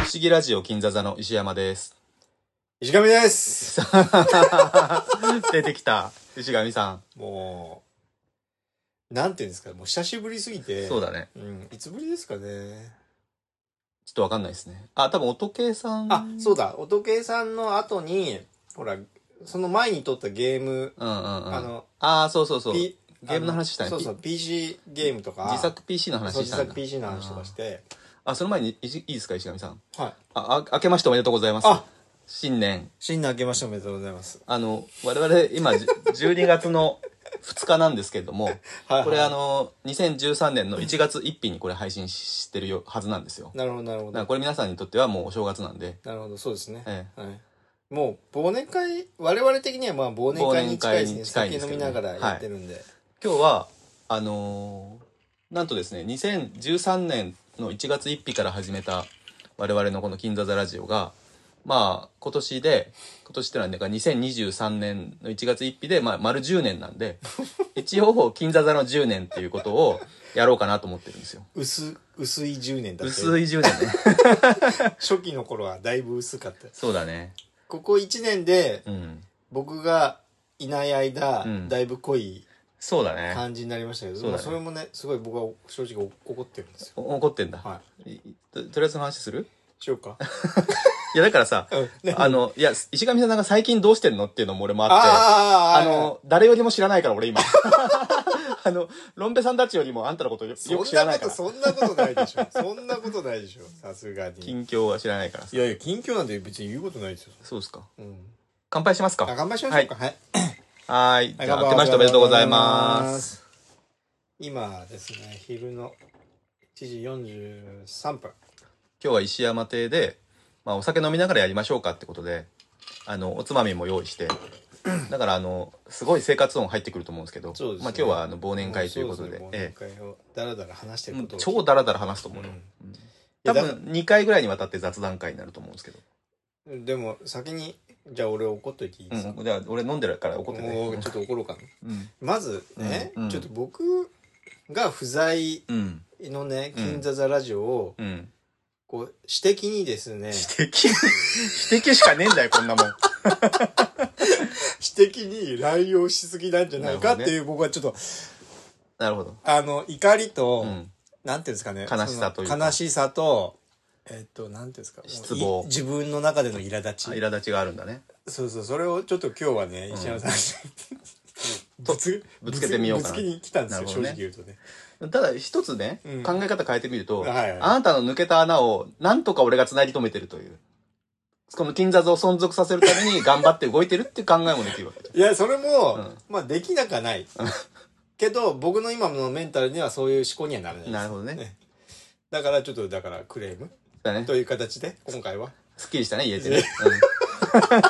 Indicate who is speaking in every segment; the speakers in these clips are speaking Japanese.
Speaker 1: 思議ラジオ金座座の石山です。
Speaker 2: 石上です。
Speaker 1: さ 出てきた、石上さ
Speaker 2: もう、なんていうんですか、もう久しぶりすぎ
Speaker 1: ん。
Speaker 2: て。
Speaker 1: そうだね。
Speaker 2: うん、いつぶりですかね。
Speaker 1: ちょっとわかんないですね。あ、多分音計さん。
Speaker 2: あ、そうだ、お時計さんの後に、ほら、その前に撮ったゲーム、
Speaker 1: うんうんうん。
Speaker 2: あ
Speaker 1: あ
Speaker 2: の、
Speaker 1: そうそうそう。ゲ
Speaker 2: P-
Speaker 1: ームの話したね。
Speaker 2: そうそう、PC ゲームとか、
Speaker 1: 自作 PC の
Speaker 2: そう
Speaker 1: 話し
Speaker 2: 自
Speaker 1: たんだ。
Speaker 2: 作 PC の話とかして、
Speaker 1: あ、その前にいじいいですか、石上さん。
Speaker 2: はい。
Speaker 1: あ、あ、明けましておめでとうございます。
Speaker 2: あ
Speaker 1: 新年。
Speaker 2: 新年明けましておめでとうございます。
Speaker 1: あの、我々今、 じ12月の2日なんですけれども、
Speaker 2: はい、
Speaker 1: これ
Speaker 2: はい
Speaker 1: あ、の、2013年の1月1日にこれ配信ししてるよはずなんですよ。
Speaker 2: なるほど、なるほ
Speaker 1: だから
Speaker 2: ど。
Speaker 1: これ皆さんにとってはもうお正月なんで、
Speaker 2: なるほど、そうですね。
Speaker 1: え
Speaker 2: はい。もう、忘年会、我々的にはまあ忘年会に近いですね。
Speaker 1: 忘年会に近いんで
Speaker 2: 酒
Speaker 1: す
Speaker 2: 飲
Speaker 1: け
Speaker 2: み
Speaker 1: どね
Speaker 2: ながらやってるんで。
Speaker 1: え今日は、あのーなんとですね、2013年の1月1日から始めた我々のこの金座座ラジオが、まあ、今年で、今年ってのはね、2023年の1月1日で、まあ、丸10年なん で、一応、金座座の10年っていうことをやろうかなと思ってるんですよ。
Speaker 2: 薄、薄い10年だって。
Speaker 1: 薄い10年ね。
Speaker 2: 初期の頃はだいぶ薄かったで す
Speaker 1: そうだね。
Speaker 2: ここ1年で
Speaker 1: うん。
Speaker 2: 僕がいない間、
Speaker 1: うん
Speaker 2: だいぶ濃い
Speaker 1: そうだね。
Speaker 2: 感じになりましたけど、
Speaker 1: そうだね
Speaker 2: まあそれもねすごい僕は正直お怒ってるんですよ
Speaker 1: お怒ってんだ。
Speaker 2: はい
Speaker 1: ととりあえずの話する
Speaker 2: いしよ うか
Speaker 1: いや、だからさ、
Speaker 2: うんね
Speaker 1: あの、いや、石上さんが最近どうしてんのっていうのも俺もあって、あ
Speaker 2: ああ
Speaker 1: の、誰よりも知らないから、俺今。 あの、ロンペさんたちよりもあんたのことよ
Speaker 2: そん
Speaker 1: よく知らな
Speaker 2: ない
Speaker 1: か
Speaker 2: こと
Speaker 1: ら。
Speaker 2: そんなことないでしょそんなことないでしょさすがに
Speaker 1: 近況は知らないからさ
Speaker 2: いやいや近況なんて別に言うことないですよ、
Speaker 1: そうですか。
Speaker 2: うん、
Speaker 1: 乾杯します
Speaker 2: あ
Speaker 1: か。
Speaker 2: 頑張りましょうかはい、
Speaker 1: はーい。
Speaker 2: はい
Speaker 1: じゃあ、明けましておめでとうございます。
Speaker 2: 今ですね昼の1時43分
Speaker 1: 今日は石山邸で、まあ、お酒飲みながらやりましょうかってことで、あの、おつまみも用意 して、だから、あの、すごい生活音入ってくると思うんですけど、
Speaker 2: そうですね
Speaker 1: まあ、今日は、あの、忘年会ということで、
Speaker 2: もうそう
Speaker 1: え
Speaker 2: すね忘年会をだらだら話して
Speaker 1: え、
Speaker 2: る
Speaker 1: も
Speaker 2: こ
Speaker 1: う
Speaker 2: とを
Speaker 1: 超ダラダラ話すと思うよ。多分、2回ぐらいにわたって雑談会になると思うんですけど。
Speaker 2: うんでも先にじゃあ俺怒っといていいですか、
Speaker 1: うん、じゃあ、俺飲んでるから怒って
Speaker 2: もう
Speaker 1: ね
Speaker 2: ちょ。っと怒ろうかな
Speaker 1: うん。
Speaker 2: まずね、
Speaker 1: うんうん
Speaker 2: ちょっと僕が不在
Speaker 1: うん。
Speaker 2: のね
Speaker 1: うん
Speaker 2: 金座座ラジオを
Speaker 1: うん。
Speaker 2: こう私的にですね、
Speaker 1: 指摘指摘しかねえんだよ、こんなもん。
Speaker 2: 私的に乱用しすぎなんじゃないかって
Speaker 1: な
Speaker 2: いう、僕はちょっと
Speaker 1: なるほど。
Speaker 2: あの怒りと、
Speaker 1: うん。
Speaker 2: なんていうんですかね
Speaker 1: 悲しさというか
Speaker 2: その悲しさとえっとなんていうんですかもうい
Speaker 1: 失望
Speaker 2: 自分の中での苛立ち
Speaker 1: 苛立ちがあるんだね。
Speaker 2: そうそう、それをちょっと今日はね、石山さんに、ぶつ
Speaker 1: ぶつけてみようかな
Speaker 2: ぶつけに来たんですよ、
Speaker 1: なる
Speaker 2: 正
Speaker 1: ほどね
Speaker 2: 直言うとね。
Speaker 1: ただ、一つね、
Speaker 2: うん
Speaker 1: 考え方変えてみると、
Speaker 2: はいはい
Speaker 1: あなたの抜けた穴を、なんとか俺が繋ぎ止めてるという。この金座座を存続させるた めに頑張って動いてるっていう考えもできるわけじ
Speaker 2: いや、それも、
Speaker 1: うん
Speaker 2: まあ、できなくはない。けど、僕の今のメンタルにはそういう思考にはならない
Speaker 1: ゃ
Speaker 2: で
Speaker 1: ん。
Speaker 2: す
Speaker 1: なるほどね。
Speaker 2: だから、ちょっと、だから、クレーム
Speaker 1: だね。
Speaker 2: という形で、今回は。
Speaker 1: すっきりしたね、言えてね。うん、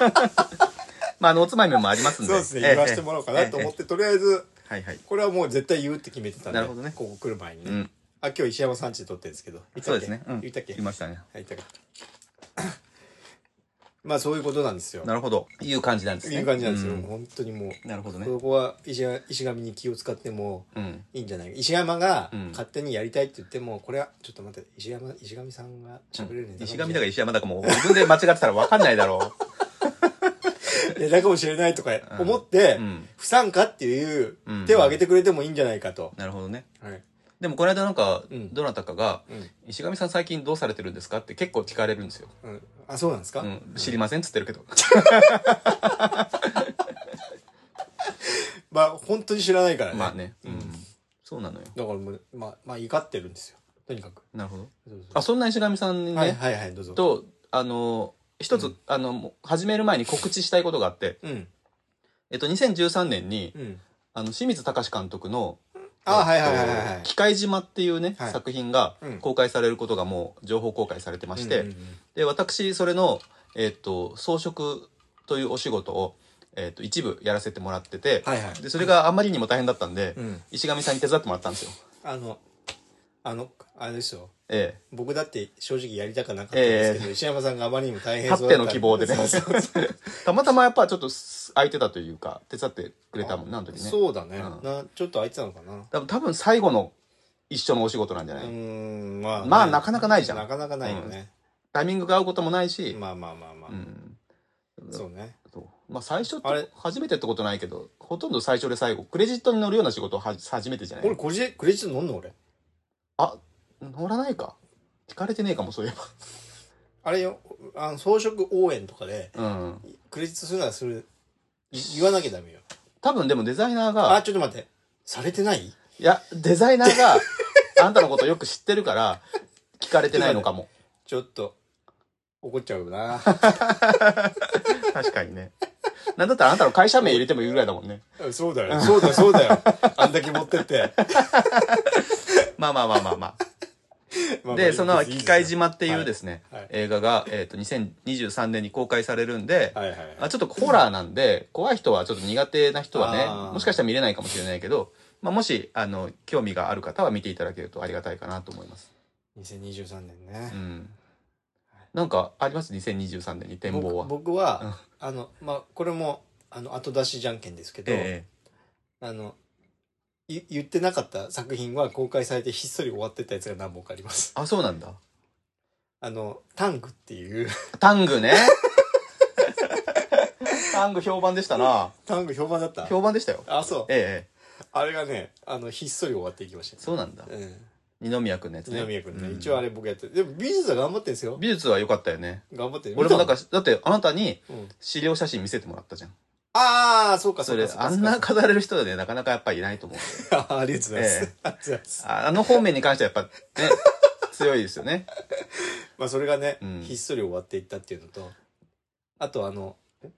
Speaker 1: まあ、あの、おつまみもありますんで。
Speaker 2: そうですね、
Speaker 1: ええ
Speaker 2: 言わせてもらおうかなと思って、とりあえず、
Speaker 1: ええはいはい。
Speaker 2: これはもう絶対言うって決めてたんで、
Speaker 1: なるほどね
Speaker 2: ここ来る前にね。
Speaker 1: うん
Speaker 2: あ、今日石山さんちで撮ってるんですけど、言っ
Speaker 1: そ
Speaker 2: たっ
Speaker 1: うで
Speaker 2: け
Speaker 1: すね。うん。
Speaker 2: 言ったっけ
Speaker 1: 言いましたね。
Speaker 2: はい、言ったっけまあ、そういうことなんですよ。
Speaker 1: なるほど。いう感じなんですね。
Speaker 2: いう感じなんですよ、
Speaker 1: う
Speaker 2: 本当にもう
Speaker 1: なるほどね。
Speaker 2: ここは石が石神に気を使っても
Speaker 1: うん。
Speaker 2: いいんじゃない石山が
Speaker 1: うん
Speaker 2: 勝手にやりたいって言っても、これはちょっと待って石山石神さんが喋れるネタ
Speaker 1: 石
Speaker 2: か
Speaker 1: 上
Speaker 2: も
Speaker 1: だ
Speaker 2: しれ
Speaker 1: か
Speaker 2: ない
Speaker 1: 石山だかもう自分で間違ってたら分かんないだろ
Speaker 2: ネタかもしれないとか思って、
Speaker 1: うん
Speaker 2: 不参加っていう
Speaker 1: うん
Speaker 2: 手を挙げてくれてもいいんじゃないかと
Speaker 1: う。、なるほどね。
Speaker 2: はい
Speaker 1: でもこの間なんか
Speaker 2: うん、
Speaker 1: どなたかが、
Speaker 2: うん
Speaker 1: 石上さん最近どうされてるんですかって結構聞かれるんですよ。
Speaker 2: うん、あそうなんですか、
Speaker 1: うん、知りませんっつってるけど。
Speaker 2: まあ本当に知らないからね,、
Speaker 1: まあね。
Speaker 2: う
Speaker 1: うんん。そうなのよ。
Speaker 2: だからもう、まあ、まあ怒ってるんですよとにかく
Speaker 1: なるほど。
Speaker 2: そうそう
Speaker 1: あ、そんな石上さんに
Speaker 2: はい
Speaker 1: ね、
Speaker 2: はいはいどうぞ
Speaker 1: と、あの、一つ、あの、もう始める前に告知したいことがあって、
Speaker 2: うん
Speaker 1: えっと、2013年に、
Speaker 2: うん
Speaker 1: あの、清水隆監督の、
Speaker 2: あはい
Speaker 1: えっ
Speaker 2: は
Speaker 1: と
Speaker 2: いはいはい
Speaker 1: 機械島っていうね、
Speaker 2: はい
Speaker 1: 作品が
Speaker 2: うん
Speaker 1: 公開されることがもう情報公開されてまして、
Speaker 2: うんうん
Speaker 1: で私それの、えっと装飾というお仕事を、えっと一部やらせてもらってて、
Speaker 2: はいはい
Speaker 1: でそれがあまりにも大変だったんで、
Speaker 2: うん
Speaker 1: 石上さんに手伝ってもらったんですよ。
Speaker 2: あの、あの、あれですよ。
Speaker 1: ええ
Speaker 2: 僕だって正直やりたくなかったんですけど、石山さんがあまりにも大変
Speaker 1: た
Speaker 2: そ
Speaker 1: っ
Speaker 2: うだ
Speaker 1: て
Speaker 2: った
Speaker 1: の希望でね
Speaker 2: そうそう
Speaker 1: たまたまやっぱちょっとす空いてたというか手伝ってくれたもんなあの時ね
Speaker 2: そうだね、
Speaker 1: うん
Speaker 2: な。ちょっと空いてたのかな。
Speaker 1: 多分多分最後の一緒のお仕事なんじゃ
Speaker 2: う
Speaker 1: ない、
Speaker 2: ーん、まあ、
Speaker 1: まあなかなかないじゃん
Speaker 2: なかなかないよね。
Speaker 1: タイミングが合うこともないし、
Speaker 2: まあまあまあまあ、
Speaker 1: うん
Speaker 2: そうね
Speaker 1: そうまあ最初って
Speaker 2: あれ
Speaker 1: 初めてってことないけどほとんど最初で最後クレジットに乗るような仕事は初めてじゃな
Speaker 2: 俺
Speaker 1: い
Speaker 2: クレジクレジット乗んの俺
Speaker 1: あ乗らないか聞かれてねえかもそういえ
Speaker 2: あれよあの装飾応援とかで
Speaker 1: ばうん
Speaker 2: クレジットするならするい言わなきゃダメよ
Speaker 1: 多分でもデザイナー
Speaker 2: あ
Speaker 1: が
Speaker 2: ちょっと待ってされてない
Speaker 1: いやデザイナーがあんたのことよく知ってるから聞かれてないのかも
Speaker 2: ちょっと怒っちゃうな
Speaker 1: 確かにねなんだったらあんたの会社名入れてもいいぐらいだもんね
Speaker 2: そうだよそうだよそうだよあんだけ持ってって
Speaker 1: まあまあまあまあまあ
Speaker 2: まあまあ
Speaker 1: で、その、機械島っていうですすね、
Speaker 2: はいはい
Speaker 1: 映画が、えっ、と、2023年に公開されるんで、
Speaker 2: はいはいはい
Speaker 1: まあ、ちょっとホラーなんで、怖い人はちょっと苦手な人は
Speaker 2: あ
Speaker 1: ね
Speaker 2: ー、
Speaker 1: もしかしたら見れないかもしれないけど、まあ、もし、あの、興味がある方は見ていただけるとありがたいかなと思います。
Speaker 2: 2023年ね
Speaker 1: う、ん。なんか、あります ?2023 年に展望は
Speaker 2: 僕。僕は、あのまあこれもあの後出しじゃんけんですけど、
Speaker 1: え
Speaker 2: あのい言ってなかった作品は公開されてひっそり終わってったやつが何本かあります
Speaker 1: えあ、そうなんだ。
Speaker 2: あのタングっていう
Speaker 1: タングね。 タング評判でしたな。
Speaker 2: タング評判だった
Speaker 1: 評判でしたよ。
Speaker 2: あそう
Speaker 1: ええええ
Speaker 2: あれがねあのひっそり終わっていきました
Speaker 1: そうなんだ。
Speaker 2: うん
Speaker 1: 二宮くんのやつね。
Speaker 2: 二宮君ね、
Speaker 1: うん
Speaker 2: 一応あれ僕やってるでも美術は頑張ってるんですよ
Speaker 1: 美術は良かったよね。
Speaker 2: 頑張ってる
Speaker 1: 俺もなん
Speaker 2: 見
Speaker 1: か、だってあなたに
Speaker 2: たのうん
Speaker 1: 資料写真見せてもらったじゃん。
Speaker 2: ああそうかそ
Speaker 1: そう
Speaker 2: か
Speaker 1: れ
Speaker 2: そ、うか
Speaker 1: あんな飾れる人はね、なかなかやっぱりいないと思 う。
Speaker 2: そうか ありがとうござい
Speaker 1: え
Speaker 2: ます、ありがとうございます
Speaker 1: ああの方面に関してはやっぱね、 強いですよね。
Speaker 2: まあそれがね、
Speaker 1: うん
Speaker 2: ひっそり終わっていったっていうのと、あとあの、え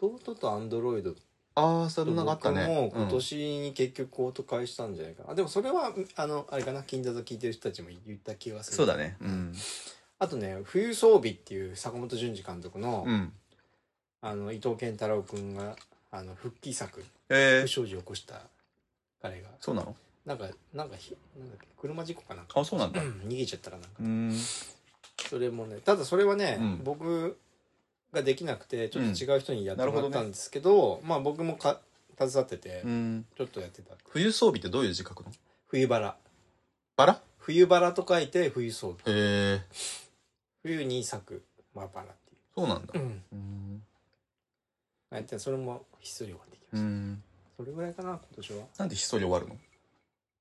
Speaker 2: 弟とアンドロイドと
Speaker 1: ああ、そんなのがあっ
Speaker 2: 僕
Speaker 1: たね。
Speaker 2: も今
Speaker 1: うん
Speaker 2: 年に結局オート会したんじゃないかな。あでもそれは、あの、あれかな、金座と聞いてる人たちも言った気がする。
Speaker 1: そうだね。うん。
Speaker 2: あとね、冬装備っていう坂本淳二監督の、
Speaker 1: うん。
Speaker 2: あの、伊藤健太郎くんが、あの、復帰作、
Speaker 1: え
Speaker 2: 不
Speaker 1: ー、
Speaker 2: 祥事を起こした彼が、
Speaker 1: そうなの
Speaker 2: なんか、なんかひ、なんだっけ、車事故かなんか、
Speaker 1: あ、そうなんだ。う
Speaker 2: 逃げちゃったかなんか
Speaker 1: ー。ん。
Speaker 2: それもねただそれはね、
Speaker 1: うん
Speaker 2: 僕ができなくてちょっと違う人にやって
Speaker 1: な
Speaker 2: も
Speaker 1: る
Speaker 2: ら
Speaker 1: ほ
Speaker 2: っ
Speaker 1: ど
Speaker 2: た
Speaker 1: ね
Speaker 2: んですけど,、まあ僕もか携わってて、
Speaker 1: うん。
Speaker 2: ちょっとやってた
Speaker 1: 冬装備ってどういう字書くの
Speaker 2: 冬バラ
Speaker 1: バラ
Speaker 2: 冬バラと書いて冬装備
Speaker 1: へえー、
Speaker 2: 冬に咲く、まあ、バラってい
Speaker 1: そうなんだ
Speaker 2: う、。うん、
Speaker 1: うん。
Speaker 2: やってそれもひっそり終わってきま
Speaker 1: う
Speaker 2: した、
Speaker 1: ん。
Speaker 2: それぐらいかな今年は
Speaker 1: なんでひっそり終わるの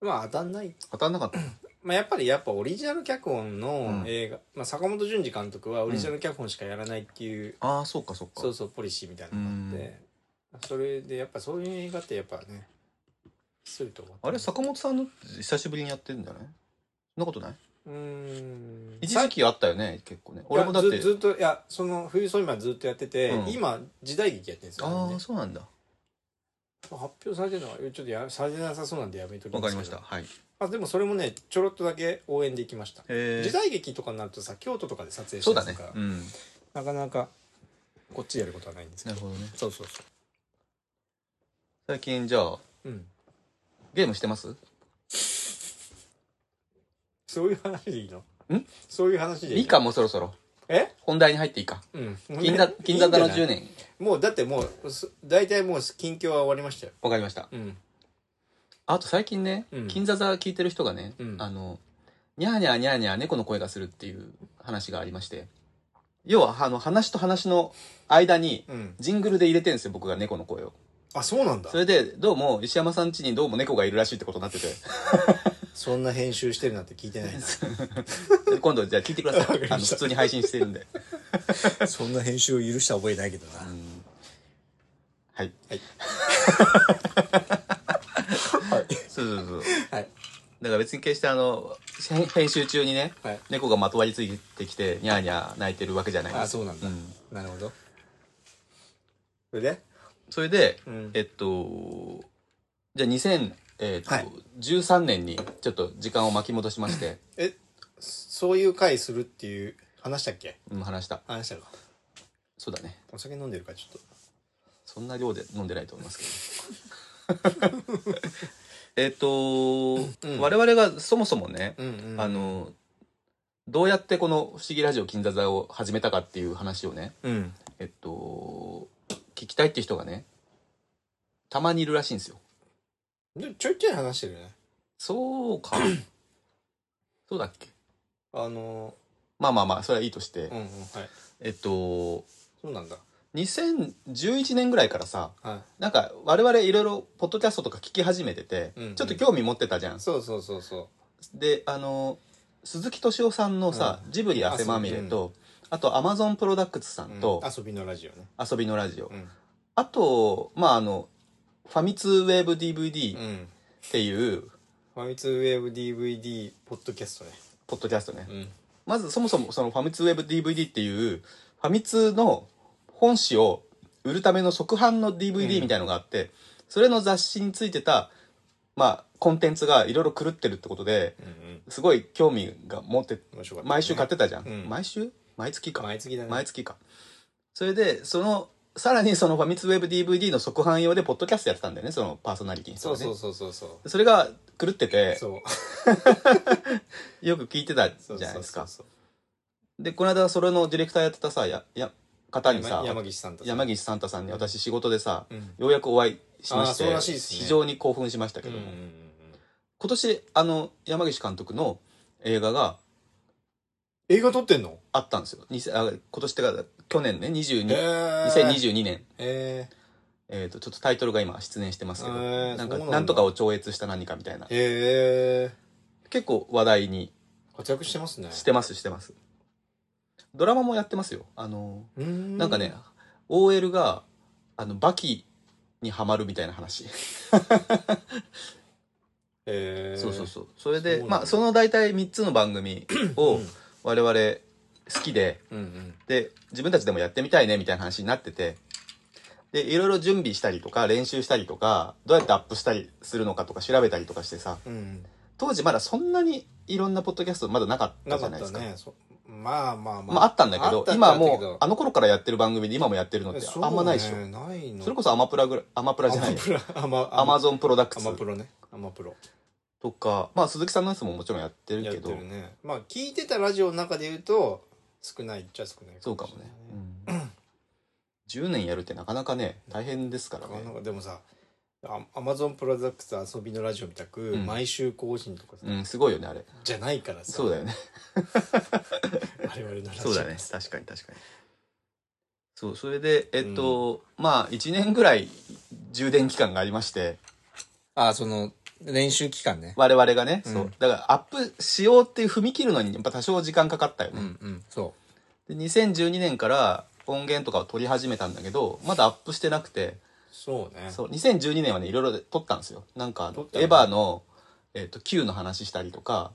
Speaker 2: まあ当たんない、
Speaker 1: 当たんなかった。
Speaker 2: まあ、やっぱりやっぱオリジナル脚本の
Speaker 1: うん
Speaker 2: 映画、まあ、坂本淳二監督はオリジナル脚本しかやらないっていう、
Speaker 1: ああ、そうかそうか。
Speaker 2: そうそうポリシーみたいなのがあって、それでやっぱそういう映画ってやっぱねひっそりと終わった
Speaker 1: あれ、坂本さんの久しぶりにやってるんじゃないそんなことないう
Speaker 2: ーん
Speaker 1: 一時期あったよね、結構ね。
Speaker 2: いや
Speaker 1: 俺もだって。
Speaker 2: ずずっといやその冬ソイマずっとやってて、
Speaker 1: うん
Speaker 2: 今時代劇やってるんですよあ
Speaker 1: あ
Speaker 2: れ
Speaker 1: あ、
Speaker 2: ね
Speaker 1: そうなんだ。
Speaker 2: 発表されてるのはちょっとやされてなさそうなんでやめとき
Speaker 1: わか
Speaker 2: すけ
Speaker 1: り
Speaker 2: ど
Speaker 1: ました。はい。
Speaker 2: あでもそれもねちょろっとだけ応援できました、
Speaker 1: え
Speaker 2: 時代劇とかになるとさ京都とかで撮影し
Speaker 1: そう
Speaker 2: て
Speaker 1: だ
Speaker 2: ます
Speaker 1: ね
Speaker 2: から、。
Speaker 1: うん。
Speaker 2: なかなかこっちでやることはないんですけ
Speaker 1: な
Speaker 2: ど
Speaker 1: るほどね。
Speaker 2: そうそうそ
Speaker 1: 最近じゃあ、
Speaker 2: ううん
Speaker 1: ゲームしてます
Speaker 2: そういう話でいいの
Speaker 1: ん
Speaker 2: そういう話でいい
Speaker 1: いいか、もうそろそろ。
Speaker 2: え
Speaker 1: 本題に入っていいか。
Speaker 2: うん
Speaker 1: 銀座、銀座だの
Speaker 2: いいんじゃ
Speaker 1: 10
Speaker 2: ない
Speaker 1: 年。
Speaker 2: もうだってもうす大体もう近況は終わりましたよ
Speaker 1: わかりました。
Speaker 2: うん
Speaker 1: あと最近ね
Speaker 2: うん、
Speaker 1: 金座座聞いてる人がね
Speaker 2: うん、
Speaker 1: あの、にゃーにゃーにゃーにゃー猫の声がするっていう話がありまして。要は、あの、話と話の間に、
Speaker 2: うん
Speaker 1: ジングルで入れてるんですよ、僕が猫の声を。
Speaker 2: あそうなんだ
Speaker 1: それで、どうも、石山さん家にどうも猫がいるらしいってことになってて。
Speaker 2: そんな編集してるなんて聞いてない
Speaker 1: 今度、じゃあ聞いてくだ
Speaker 2: わか
Speaker 1: さい
Speaker 2: り。ました
Speaker 1: あの、普通に配信してるんで。
Speaker 2: な そんな編集を許した覚えないけどな
Speaker 1: はい。
Speaker 2: はい
Speaker 1: そうそうそう。
Speaker 2: はい
Speaker 1: だから別に決してあの、編編集中にね、
Speaker 2: はい
Speaker 1: 猫がまとわりついてきて、にゃーにゃー泣いてるわけじゃないんです
Speaker 2: あそうなんだ
Speaker 1: ん
Speaker 2: なるほどそれで
Speaker 1: それで、
Speaker 2: うん
Speaker 1: えっと、じゃあ2000、えっと
Speaker 2: はい
Speaker 1: 13年にちょっと時間を巻き戻しまして、
Speaker 2: えそういう回するっていう話したっけ
Speaker 1: うん、話した。
Speaker 2: 話したか
Speaker 1: そうだね。
Speaker 2: お酒飲んでるからちょっ
Speaker 1: そんな量で飲んでないと思いますけど。 えっと、
Speaker 2: うん
Speaker 1: 我々がそもそもね、
Speaker 2: とうんうん
Speaker 1: あの、どうやってこの「不思議ラジオ金座座」を始めたかっていう話をね、
Speaker 2: うん
Speaker 1: えっと、聞きたいって人がね、たまにいるらしいんですよ。
Speaker 2: でもちょいちょい 話してるよね
Speaker 1: そうか。そうだっけ
Speaker 2: あの
Speaker 1: まあまあまあそれはいいとして、
Speaker 2: うんうんはい
Speaker 1: えっと
Speaker 2: そうなんだ
Speaker 1: 2011年ぐらいからさ
Speaker 2: は
Speaker 1: なんか我々いろいろポッドキャストとか聞き始めてて、
Speaker 2: うんうん
Speaker 1: ちょっと興味持ってたじゃん
Speaker 2: いそうそうそうそ
Speaker 1: であの鈴木敏夫さんのさ、ジブリ汗まみれとあとアマゾンプロダクツさ
Speaker 2: う、
Speaker 1: ん
Speaker 2: うん
Speaker 1: と、
Speaker 2: 遊びのラジオね
Speaker 1: 遊びのラジオ、
Speaker 2: うん
Speaker 1: あとまああのファミツウェーブ DVD
Speaker 2: う
Speaker 1: っ
Speaker 2: ん
Speaker 1: ていう
Speaker 2: ファミツウェーブ DVD ポッドキャストね
Speaker 1: ポッドキャストね、
Speaker 2: うん
Speaker 1: まずそもそもそのファミツウェブ DVD っていうファミ通の本誌を売るための即販の DVD みたいのがあって、それの雑誌についてた、まあ、コンテンツがいろいろ狂ってるってことで
Speaker 2: うんうん
Speaker 1: すごい興味が持って
Speaker 2: 面白かったね
Speaker 1: 毎週買ってたじゃん、
Speaker 2: うん
Speaker 1: 毎週毎月か
Speaker 2: 毎月だね
Speaker 1: 毎月かそれでそのさらにそのファミツウェブ DVD の即販用でポッドキャストやってたんだよねそのパーソナリティに、ね、
Speaker 2: そうそうそうそうそう
Speaker 1: それが狂ってて
Speaker 2: そう
Speaker 1: よく聞いてたじ
Speaker 2: そう
Speaker 1: ゃないですか
Speaker 2: そうそう
Speaker 1: でこの間それのディレクターやってたさやや方にさ
Speaker 2: 山山岸さんとさ
Speaker 1: 山岸サンタさんに私仕事でさ、
Speaker 2: うん
Speaker 1: ようやくお会いしまし
Speaker 2: あーそう
Speaker 1: て
Speaker 2: らしいですね
Speaker 1: 非常に興奮しましたけ
Speaker 2: うん
Speaker 1: ど
Speaker 2: う
Speaker 1: も、
Speaker 2: んうんうん
Speaker 1: 今年あの山岸監督の映画が
Speaker 2: 映画撮ってんの
Speaker 1: あったんですよにせあ今年ってか去年ね
Speaker 2: え
Speaker 1: 22
Speaker 2: え
Speaker 1: 2022年、
Speaker 2: え
Speaker 1: えー、とちょっとタイトルが今失念してますけど、
Speaker 2: へー
Speaker 1: なんか
Speaker 2: そうなんだ
Speaker 1: なんとかを超越した何かみたいな
Speaker 2: ええ
Speaker 1: 結構話題に
Speaker 2: え活躍してますね
Speaker 1: してますしてますドラマもやってますよあの
Speaker 2: うーん
Speaker 1: なんかね OL があのバキにはまるみたいな話
Speaker 2: ええ
Speaker 1: そうそうそうそれで
Speaker 2: そうなんだ
Speaker 1: まあその大体3つの番組を我々好きで
Speaker 2: うんうん
Speaker 1: で自分たちでもやってみたいねみたいな話になっててでいろいろ準備したりとか練習したりとかどうやってアップしたりするのかとか調べたりとかしてさ
Speaker 2: うんうん
Speaker 1: 当時まだそんなにいろんなポッドキャストまだなかった
Speaker 2: な
Speaker 1: じ
Speaker 2: か
Speaker 1: ゃ
Speaker 2: っ
Speaker 1: ないで
Speaker 2: た
Speaker 1: すか。
Speaker 2: ねそうまあまあまあ
Speaker 1: まああったんだけど
Speaker 2: あった
Speaker 1: 今は
Speaker 2: あったけ
Speaker 1: もう
Speaker 2: ど
Speaker 1: あの頃からやってる番組で今もやってるのって
Speaker 2: そう
Speaker 1: あんまないでしょそ,、
Speaker 2: ねないの
Speaker 1: れこそアマプラぐらいアマプラじゃない
Speaker 2: アマプラアマ
Speaker 1: アマゾンプロダク
Speaker 2: ア
Speaker 1: ツ
Speaker 2: マプロねアマプロ
Speaker 1: とかまあ鈴木さんのやつももちろんやってる
Speaker 2: やっ
Speaker 1: け
Speaker 2: て
Speaker 1: ど
Speaker 2: るねまあ聞いてたラジオの中で言うと少ないっちゃ少ない
Speaker 1: そうかもね
Speaker 2: しれな
Speaker 1: 10
Speaker 2: い、
Speaker 1: 年やるってなかなかね大変ですからね
Speaker 2: なんかでもさアマゾンプロダクツ遊びのラジオみたく、
Speaker 1: うん
Speaker 2: 毎週更新とかさ、
Speaker 1: うんすごいよねあれ
Speaker 2: じゃないからさ
Speaker 1: そうだよね
Speaker 2: 我々のラジオ
Speaker 1: そうだね確かに確かにそうそれでえっと、まあ1年ぐらい充電期間がありまして
Speaker 2: ああその練習期間ね
Speaker 1: 我々がね、
Speaker 2: うん
Speaker 1: そうだからアップしようっていう踏み切るのにやっぱ多少時間かかったよ
Speaker 2: う
Speaker 1: ね、
Speaker 2: んうんそ
Speaker 1: で2012年から音源とかを取り始めたんだけどまだアップしてなくて
Speaker 2: うそうね
Speaker 1: そう2012年はねいろいろ撮ったんですよなんか、
Speaker 2: 撮ったね
Speaker 1: エヴァの、えっと Q の話したりとか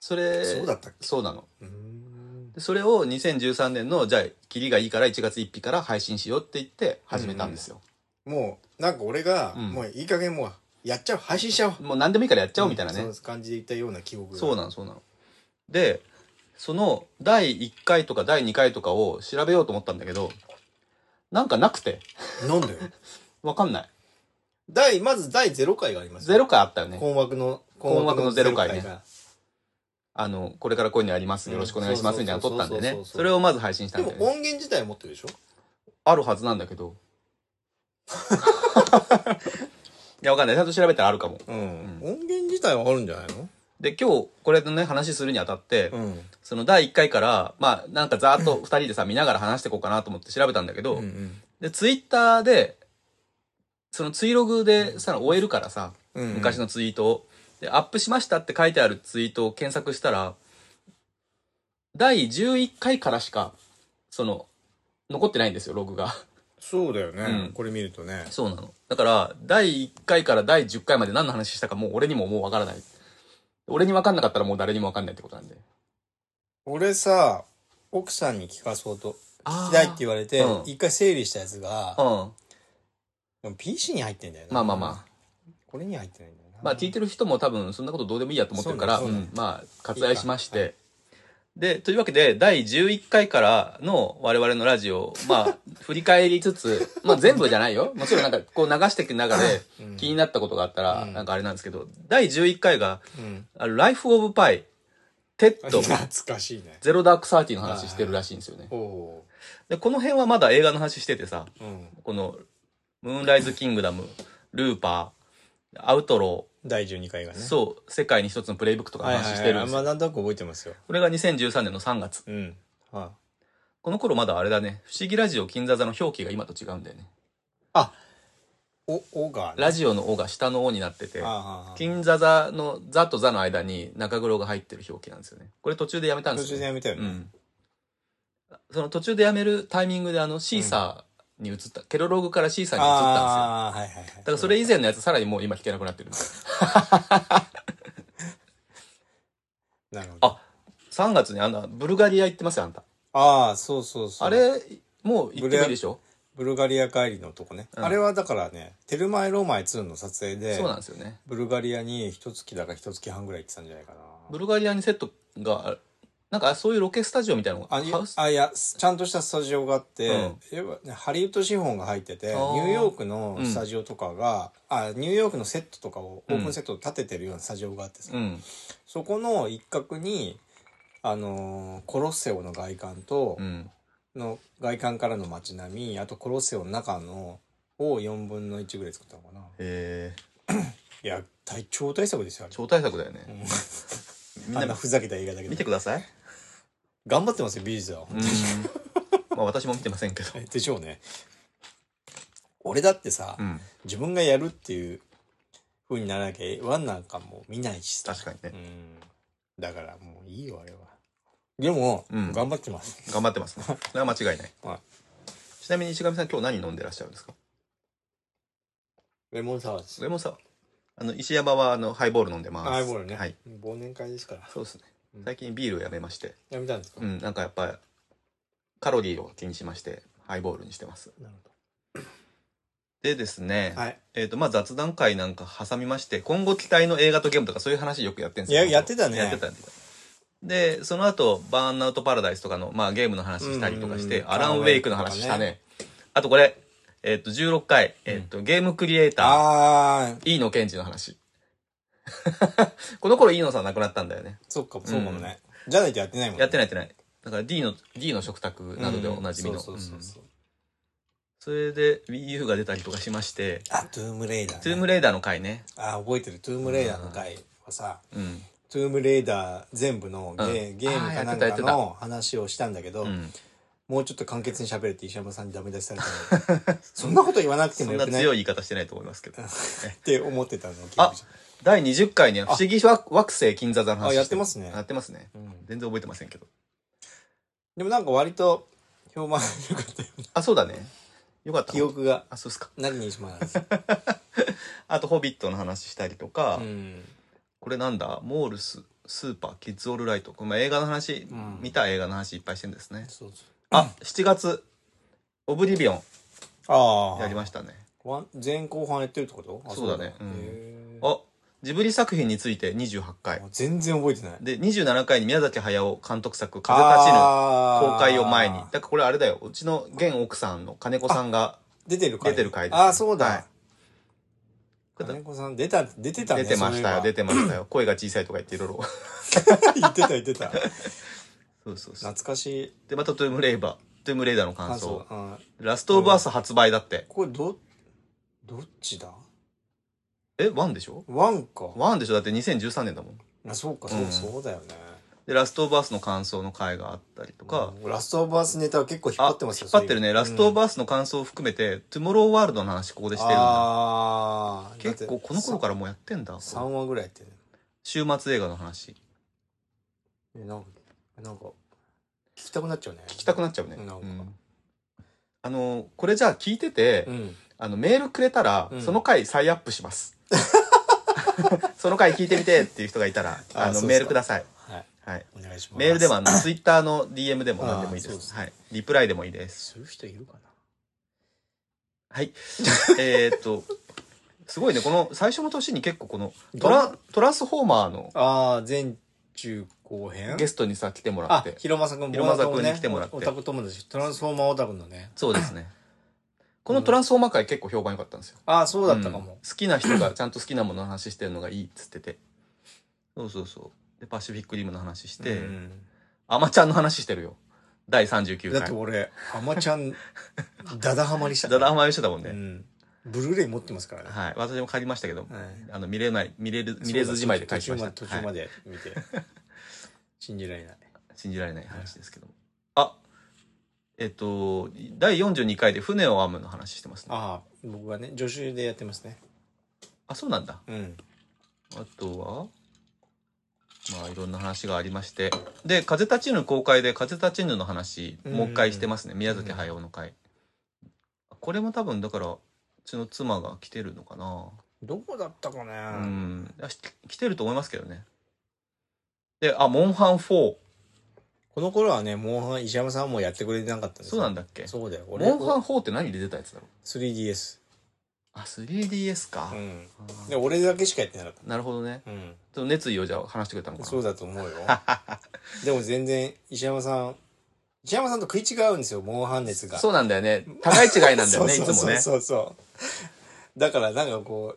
Speaker 1: それ
Speaker 2: そうだったっけ
Speaker 1: そうなの
Speaker 2: うーん
Speaker 1: でそれを2013年のじゃあキリがいいから1月1日から配信しようって言って始めたんですよ、
Speaker 2: もうなんか俺が、
Speaker 1: うん
Speaker 2: もういい加減もうやっちゃう配信しちゃおう
Speaker 1: もう何でもいいからやっちゃおうみたいなね、
Speaker 2: うんそういう感じで言ったような記憶が
Speaker 1: そうなのそうなのでその第1回とか第2回とかを調べようと思ったんだけどなんかなくて
Speaker 2: なんだよ
Speaker 1: わかんない
Speaker 2: 第まず第0回があります
Speaker 1: ゼロ回あったよね
Speaker 2: 困惑の
Speaker 1: 困惑のゼロ回ね
Speaker 2: ゼが
Speaker 1: あのこれからこういうのやりますよろしくお願いしますみたいなの撮ったんで
Speaker 2: そう
Speaker 1: ね
Speaker 2: そうそうそう
Speaker 1: それをまず配信した
Speaker 2: で
Speaker 1: ん
Speaker 2: も
Speaker 1: だよね
Speaker 2: 音源自体は持ってるでしょ
Speaker 1: あるはずなんだけど いやわかんないちゃんと調べたらあるかも
Speaker 2: うん、音源自体はあるんじゃないの
Speaker 1: で今日これのね話するにあたって、
Speaker 2: ん
Speaker 1: その第1回から、まあ、なんかざーっと2人でさ、見ながら話していこうかなと思って調べたんだけど、
Speaker 2: ん
Speaker 1: で、ツイッターで、そのツイログでさ、終えるからさ、
Speaker 2: うんうん
Speaker 1: 昔のツイートを。で、アップしましたって書いてあるツイートを検索したら、第11回からしか、その、残ってないんですよ、ログが。
Speaker 2: そうだよね、
Speaker 1: うん
Speaker 2: これ見るとね
Speaker 1: そうなの。だから、第1回から第10回まで何の話したかもう俺にももうわからない。俺にわかんなかったらもう誰にもわかんないってことなんで。
Speaker 2: 俺さ奥さんに聞かそうと
Speaker 1: あー
Speaker 2: 聞きたいって言われて
Speaker 1: うん
Speaker 2: 一回整理したやつが
Speaker 1: うん。
Speaker 2: でも PC に入ってんだよな
Speaker 1: まあまあまあ。
Speaker 2: これには入ってないんだよな
Speaker 1: まあ、聞いてる人も多分そんなことどうでもいいやと思ってるから、
Speaker 2: そうねそうね
Speaker 1: うんまあ、割愛しまして。で、というわけで、第11回からの我々のラジオ、ま あ、振り返りつつ、まあ全部じゃないよ。もちろんなんかこう流していく中で
Speaker 2: うん
Speaker 1: 気になったことがあったら、
Speaker 2: うん
Speaker 1: なんかあれなんですけど、第11回が、
Speaker 2: うん
Speaker 1: あのライフオブパイ、テ ッド、
Speaker 2: 懐かしいね
Speaker 1: ゼロダークサーティの話してるらしいんですよね。
Speaker 2: おお
Speaker 1: で、この辺はまだ映画の話しててさ、
Speaker 2: ーうん
Speaker 1: この、ムーンライズ・キングダム、ルーパー、アウトロ
Speaker 2: 第12回が
Speaker 1: ー、
Speaker 2: ねう
Speaker 1: そう、世界に一つのプレイブックとか
Speaker 2: はいはい
Speaker 1: 話してるん
Speaker 2: は
Speaker 1: で
Speaker 2: い
Speaker 1: す
Speaker 2: ま
Speaker 1: よ
Speaker 2: あなんとなく覚えてますよ
Speaker 1: これが2013年の3月。
Speaker 2: うんはい
Speaker 1: この頃まだあれだね、不思議ラジオ金座座の表記が今と違うんだよね。
Speaker 2: おおが
Speaker 1: ラジオの「お」が下の「お」になってて、
Speaker 2: ああ
Speaker 1: 金座座の「座」と「座」の間に中黒が入ってる表記なんですよね。これ途中でやめたんで
Speaker 2: 途
Speaker 1: す
Speaker 2: 中
Speaker 1: よ
Speaker 2: で
Speaker 1: ね。
Speaker 2: やめたよね、
Speaker 1: うん。その途中でやめるタイミングであのシーサーに移った、ケロログからシーサーに移ったんですよ。
Speaker 2: ああはいはいはい
Speaker 1: だからそれ以前のやつさらにもう今聞けなくなってるんですよ
Speaker 2: なるほど
Speaker 1: あ3月にあのブルガリア行ってますよあんた
Speaker 2: ああそうそうそう
Speaker 1: あれもう行ってもいいでしょ
Speaker 2: ブルガリア帰りのとこね、
Speaker 1: うん
Speaker 2: あれはだからね「テルマエ・ローマエ2」の撮影で
Speaker 1: そうなんですよね
Speaker 2: ブルガリアに一月だか一月半ぐらい行ってたんじゃないかな
Speaker 1: ブルガリアにセットがなんかそういうロケスタジオみたいなのが
Speaker 2: あい
Speaker 1: ハウス
Speaker 2: あいやすちゃんとしたスタジオがあって、
Speaker 1: うん
Speaker 2: やっぱねハリウッド資本が入っててニ
Speaker 1: あー
Speaker 2: ューヨークのスタジオとかが、あニューヨークのセットとかを
Speaker 1: う
Speaker 2: オ
Speaker 1: ん
Speaker 2: ープンセットを立ててるようなスタジオがあってさ、
Speaker 1: うん
Speaker 2: そこの一角に、あのーコロッセオの外観と、
Speaker 1: うん
Speaker 2: の外観からの街並みあとコロッセオの中のを4分の1ぐらい作ったのかな
Speaker 1: え
Speaker 2: いや大超大作ですよあれ
Speaker 1: 超大作だよ
Speaker 2: う
Speaker 1: ね
Speaker 2: ん
Speaker 1: みん
Speaker 2: あんな
Speaker 1: な
Speaker 2: ふざけた映画だけ
Speaker 1: 見
Speaker 2: ど
Speaker 1: てください
Speaker 2: 頑張ってますよ美術は
Speaker 1: うんまあ私も見てませんけど
Speaker 2: でしょうね俺だってさ、
Speaker 1: うん
Speaker 2: 自分がやるっていう風にならなきゃワンなんかもう見ないしさ
Speaker 1: 確かにね
Speaker 2: うんだからもういいよあれはでも、
Speaker 1: うん
Speaker 2: 頑張ってます
Speaker 1: 頑張ってますねそれは間違いない
Speaker 2: はい
Speaker 1: ちなみに石上さん今日何飲んでらっしゃるんですか
Speaker 2: レモンサワーです
Speaker 1: それもさあの石山はあのハイボール飲んでます
Speaker 2: ハイボールね、
Speaker 1: はい
Speaker 2: 忘年会ですから
Speaker 1: そうですね
Speaker 2: うん
Speaker 1: 最近ビールをやめまして
Speaker 2: やめたんですか、
Speaker 1: うん、なんかやっぱりカロリーを気にしましてハイボールにしてます
Speaker 2: なる
Speaker 1: でですね、
Speaker 2: ほどはい
Speaker 1: えっ、とまあ雑談会なんか挟みまして今後期待の映画とゲームとかそういう話よくやってんですよ
Speaker 2: いややってたね
Speaker 1: やってたんででその後バーンアウトパラダイスとかの、まあ、ゲームの話したりとかして、
Speaker 2: うんうん
Speaker 1: アラン・ウェイクの話したね
Speaker 2: アランウ
Speaker 1: あとこれ、えっと16回、えっとゲームクリエイター
Speaker 2: ああ
Speaker 1: 飯野健二の話 この頃飯野さん亡くなったんだよね
Speaker 2: そっかそうかもね、じゃないとやってないもん、
Speaker 1: やって
Speaker 2: な
Speaker 1: ないやってないだから D の D の食卓などでおなじみの、
Speaker 2: そうそうそうそう、
Speaker 1: それで WiiU が出たりとかしまして、
Speaker 2: あトゥームレイダー、ね、
Speaker 1: トゥームレイダーの回ね。
Speaker 2: あ覚えてるトゥームレイダーの回はさ、
Speaker 1: うん。
Speaker 2: トゥームレイダー全部のゲ,、
Speaker 1: うん
Speaker 2: ゲームかなん
Speaker 1: あーやって
Speaker 2: か
Speaker 1: たや
Speaker 2: の話をしたんだけど、
Speaker 1: うん。
Speaker 2: もうちょっと簡潔に喋れって石山さんにダメ出しされ たのそんなこと言わなく
Speaker 1: そ
Speaker 2: ても
Speaker 1: ん
Speaker 2: よ
Speaker 1: な
Speaker 2: くない
Speaker 1: 強
Speaker 2: っ
Speaker 1: い言い方してないと思いますけど。
Speaker 2: て思 ってたの記憶じゃ
Speaker 1: あ第20回には不思議惑惑星金座座の話
Speaker 2: あ
Speaker 1: して
Speaker 2: やってますね
Speaker 1: やってますね。
Speaker 2: うん
Speaker 1: 全然覚えてませんけど。
Speaker 2: でもなんか割と評判良かったよね
Speaker 1: あ、そうだね。よかった。
Speaker 2: 記憶が
Speaker 1: あ、そうですか。
Speaker 2: 何にします、
Speaker 1: あと、ホビットの話したりとか、
Speaker 2: うん、
Speaker 1: これなんだモールス、スーパー、キッズオールライト。これまあ映画の話、
Speaker 2: うん
Speaker 1: 見た映画の話いっぱいしてるんですね。
Speaker 2: そうそう
Speaker 1: あ、7月、オブリビオン
Speaker 2: ああ
Speaker 1: やりましたね。
Speaker 2: ワン前後半やってるってことあ
Speaker 1: そうだね
Speaker 2: そう
Speaker 1: うん
Speaker 2: へー
Speaker 1: あ、ジブリ作品について28回。
Speaker 2: もう全然覚えてない
Speaker 1: で、27回に宮崎駿監督作、風立ちぬ。公開を前に。だ
Speaker 2: あ
Speaker 1: か
Speaker 2: ー
Speaker 1: らこれあれだよ。うちの現奥さんの金子さんが
Speaker 2: 出てる回
Speaker 1: 出てる回です
Speaker 2: ああそうだ、
Speaker 1: はい
Speaker 2: 金子さん出た出てたね
Speaker 1: 出てましたよ、
Speaker 2: そうい
Speaker 1: 出
Speaker 2: え
Speaker 1: てましたよ。声が小さいとか言ってい ろいろ。
Speaker 2: ば 言ってた言ってた
Speaker 1: そうそうそう。
Speaker 2: 懐かしい
Speaker 1: で、またトゥームレイバー、トゥームレイダーの感
Speaker 2: 感
Speaker 1: 想
Speaker 2: 想。うん
Speaker 1: ラストオブアース発売だって。
Speaker 2: これどどっちだ
Speaker 1: え、ワンでしょ
Speaker 2: ワンか
Speaker 1: ワンでしょだって2013年だもん。
Speaker 2: あそうかそう,、
Speaker 1: うん
Speaker 2: そうだよね
Speaker 1: で、ラストオブアースの感想の回があったりとか。
Speaker 2: うんラストオブアースネタは結構引っ張
Speaker 1: あ、
Speaker 2: ってます
Speaker 1: 引
Speaker 2: よ
Speaker 1: っ張ってるね。
Speaker 2: そういう
Speaker 1: ラストオ
Speaker 2: うん
Speaker 1: ブアースの感想を含めて、トゥモローワールドの話ここでしてるんだ。
Speaker 2: ああ
Speaker 1: 結構この頃からもうやってんだ。
Speaker 2: 3話ぐらいやってる
Speaker 1: 週末映画の話。
Speaker 2: えなんかなんか聞きたくなっちゃうね聞
Speaker 1: 聞きたくなっちゃうね。
Speaker 2: なんか
Speaker 1: うんあの、これじゃあ聞いてて
Speaker 2: う、ん
Speaker 1: あの、メールくれたら、
Speaker 2: うん
Speaker 1: その回再アップし ます。その回聞いてみてっていう人がいたら、
Speaker 2: あ
Speaker 1: あ
Speaker 2: そうっす
Speaker 1: の、
Speaker 2: か
Speaker 1: メールください。
Speaker 2: はい
Speaker 1: はい。
Speaker 2: お願いします
Speaker 1: メールでも、あの、ツイッターの DM でも何でもいいで。
Speaker 2: あーそうですす
Speaker 1: はい。リプライでもいいです。
Speaker 2: する人いるかな
Speaker 1: はい。えーっと、すごいね、この、最初の年に結構この、ト
Speaker 2: ど
Speaker 1: ラ、トランスフォーマーの
Speaker 2: ああ、前中後編
Speaker 1: ゲストにさ、来てもらっ
Speaker 2: あ
Speaker 1: て、。
Speaker 2: ひろまさくん、
Speaker 1: ひろまさくん
Speaker 2: ボーナーともね
Speaker 1: に来てもらって
Speaker 2: オタク友達、トランスフォーマーオタクのね。
Speaker 1: そうですね。このトランスフォーマー回結構評判良かったんですよ。
Speaker 2: ああ、そうだったか
Speaker 1: うん
Speaker 2: も。
Speaker 1: 好きな人がちゃんと好きなものの話してるのがいいっつってて。そうそうそう。で、パシフィックリムの話して、
Speaker 2: うん
Speaker 1: アマちゃんの話してるよ。第39
Speaker 2: だって
Speaker 1: 回。
Speaker 2: 俺、ハマちゃん、ダダハマりした。
Speaker 1: だだハ
Speaker 2: マ
Speaker 1: マりしてたもんね。
Speaker 2: うん。ブルーレイ持ってますからね。
Speaker 1: はい、私も借りましたけど、
Speaker 2: い
Speaker 1: あの見れない見れる見れずじまいで
Speaker 2: 途
Speaker 1: 返し
Speaker 2: 中
Speaker 1: ま
Speaker 2: ま
Speaker 1: し
Speaker 2: で
Speaker 1: た
Speaker 2: 途中
Speaker 1: は
Speaker 2: ま
Speaker 1: い
Speaker 2: で見て。信じられない。
Speaker 1: 信じられない話ですけども、あえっと第42回で船を編むの話してますねあ
Speaker 2: ああ、僕はね、助手でやってますね。
Speaker 1: そうなんだ
Speaker 2: うん。
Speaker 1: あとはまあいろんな話がありましてで「風立ちぬ」公開で「風立ちぬ」の話
Speaker 2: うん
Speaker 1: もう一回してますね宮崎駿の回、これも多分だからうちの妻が来てるのかな
Speaker 2: どこだったかね。
Speaker 1: うん、あし来てると思いますけどねであ「モンハン4
Speaker 2: この頃はね、モンハン、石山さんはもうやってくれてなかったん」です
Speaker 1: そうなん
Speaker 2: だ。
Speaker 1: だっけ
Speaker 2: そうだよ。俺
Speaker 1: モンハン4って何で出たやつだろう
Speaker 2: 3DS。
Speaker 1: あ 3DS か
Speaker 2: う、ん。
Speaker 1: あー
Speaker 2: で、俺だけしかやってなかっ
Speaker 1: なるほどね
Speaker 2: た。うん。
Speaker 1: ちょっと熱意をじゃあ話してくれたのか
Speaker 2: そう
Speaker 1: な
Speaker 2: だと思 うよ。でも全然、石山さん、石山さんと食い違うんですよ、モンハン熱が。
Speaker 1: そうなんだよね互い違いなんだよねい
Speaker 2: そう
Speaker 1: つも
Speaker 2: そう
Speaker 1: ね
Speaker 2: そうそう。だからなんかこう、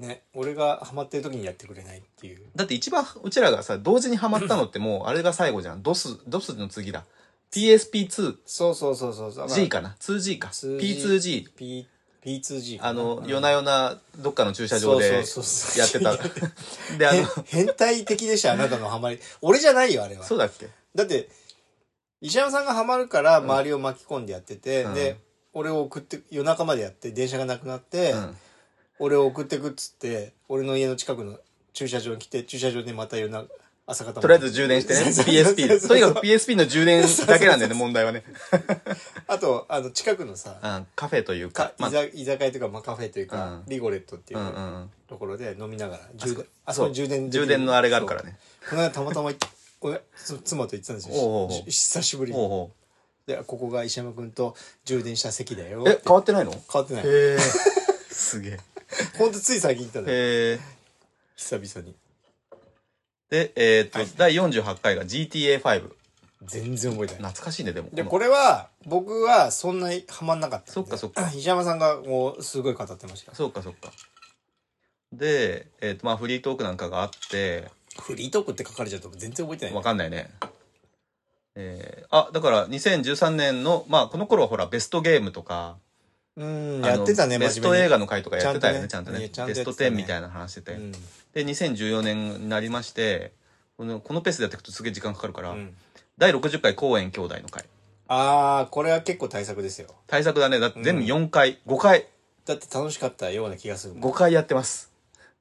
Speaker 2: ね、俺がハマってる時にやってくれないっていう。
Speaker 1: だって一番うちらがさ同時にハマったのってもうあれが最後じゃんドスドスの次だ PSP2G
Speaker 2: そうそうそうそうそう。
Speaker 1: かな 2G か
Speaker 2: 2G
Speaker 1: P2G
Speaker 2: P、P2G か
Speaker 1: あ
Speaker 2: な。
Speaker 1: の夜な夜などっかの駐車場でや
Speaker 2: そうそうそうそう
Speaker 1: ってたであ
Speaker 2: へ
Speaker 1: の
Speaker 2: ん変態的でした、あなたのハマり。俺じゃないよ、あれは。
Speaker 1: そうだっけ
Speaker 2: だって、石山さんがハマるから周りを巻き込んでやってて、
Speaker 1: うん
Speaker 2: で、俺を送って、夜中までやって、電車がなくなって、
Speaker 1: うん
Speaker 2: 俺を送ってくっつって、俺の家の近くの駐車場に来て、駐車場でまた夜中、朝方まで
Speaker 1: とりあえず充電してね
Speaker 2: そうそう
Speaker 1: PSP
Speaker 2: そう
Speaker 1: で
Speaker 2: そう
Speaker 1: とにかく PSP の充電だけなんだよね問題はね
Speaker 2: あと、あの、近くのさ、
Speaker 1: うんカフェという
Speaker 2: か
Speaker 1: かまあ
Speaker 2: 居酒居酒屋というか、まあ、カフェというか、
Speaker 1: うん
Speaker 2: リゴレットっていううん
Speaker 1: うんうん
Speaker 2: ところで飲みながら、
Speaker 1: あそ
Speaker 2: 充
Speaker 1: こ
Speaker 2: 電、あそこに充電できる
Speaker 1: 充電のあれがあるからね
Speaker 2: そう。この間たまたま行っ、俺、そ妻と行ってたんですよ。
Speaker 1: おうおうおう
Speaker 2: し久しぶりに
Speaker 1: ほうほ
Speaker 2: で、ここが石山君と充電した席だよ。
Speaker 1: うえ変わってないの
Speaker 2: 変わってない。
Speaker 1: へえ すげえ
Speaker 2: ほんとつい最近行ったんだよ。
Speaker 1: へえ
Speaker 2: 久々に。
Speaker 1: でえーっと、第48回が GTA5
Speaker 2: 全然覚えてない。
Speaker 1: 懐かしいねでも
Speaker 2: で、
Speaker 1: この
Speaker 2: これは、僕はそんなにハマんなかったんで。
Speaker 1: そっかそっか
Speaker 2: 石山さんがもうすごい語ってましたよ。
Speaker 1: そうかそうかで、えーっとまあ、フリートークなんかがあって
Speaker 2: フリートークって書かれちゃうと全然覚えてない
Speaker 1: わ。かんないねえーあだから2013年のまあこの頃はほらベストゲームとか
Speaker 2: うん、
Speaker 1: あ
Speaker 2: や
Speaker 1: の
Speaker 2: ってたね、
Speaker 1: ベスト映
Speaker 2: 画。
Speaker 1: 画の回とかやってたよね
Speaker 2: ち
Speaker 1: ち
Speaker 2: ゃ
Speaker 1: ゃ
Speaker 2: ん
Speaker 1: ん
Speaker 2: と
Speaker 1: とね
Speaker 2: ねいやちゃんと
Speaker 1: ベス
Speaker 2: やって
Speaker 1: ト
Speaker 2: た
Speaker 1: 10
Speaker 2: ね
Speaker 1: みたいな話してて、
Speaker 2: うん
Speaker 1: で2014年になりましてこのこのペースでやっていくとすげえ時間かかるから、
Speaker 2: うん
Speaker 1: 第60回公演兄弟の回
Speaker 2: ああ、これは結構対策ですよ。
Speaker 1: 対策だねだって全部
Speaker 2: うん
Speaker 1: 4回、5回
Speaker 2: だって楽しかったような気がするもん。
Speaker 1: 5回やってます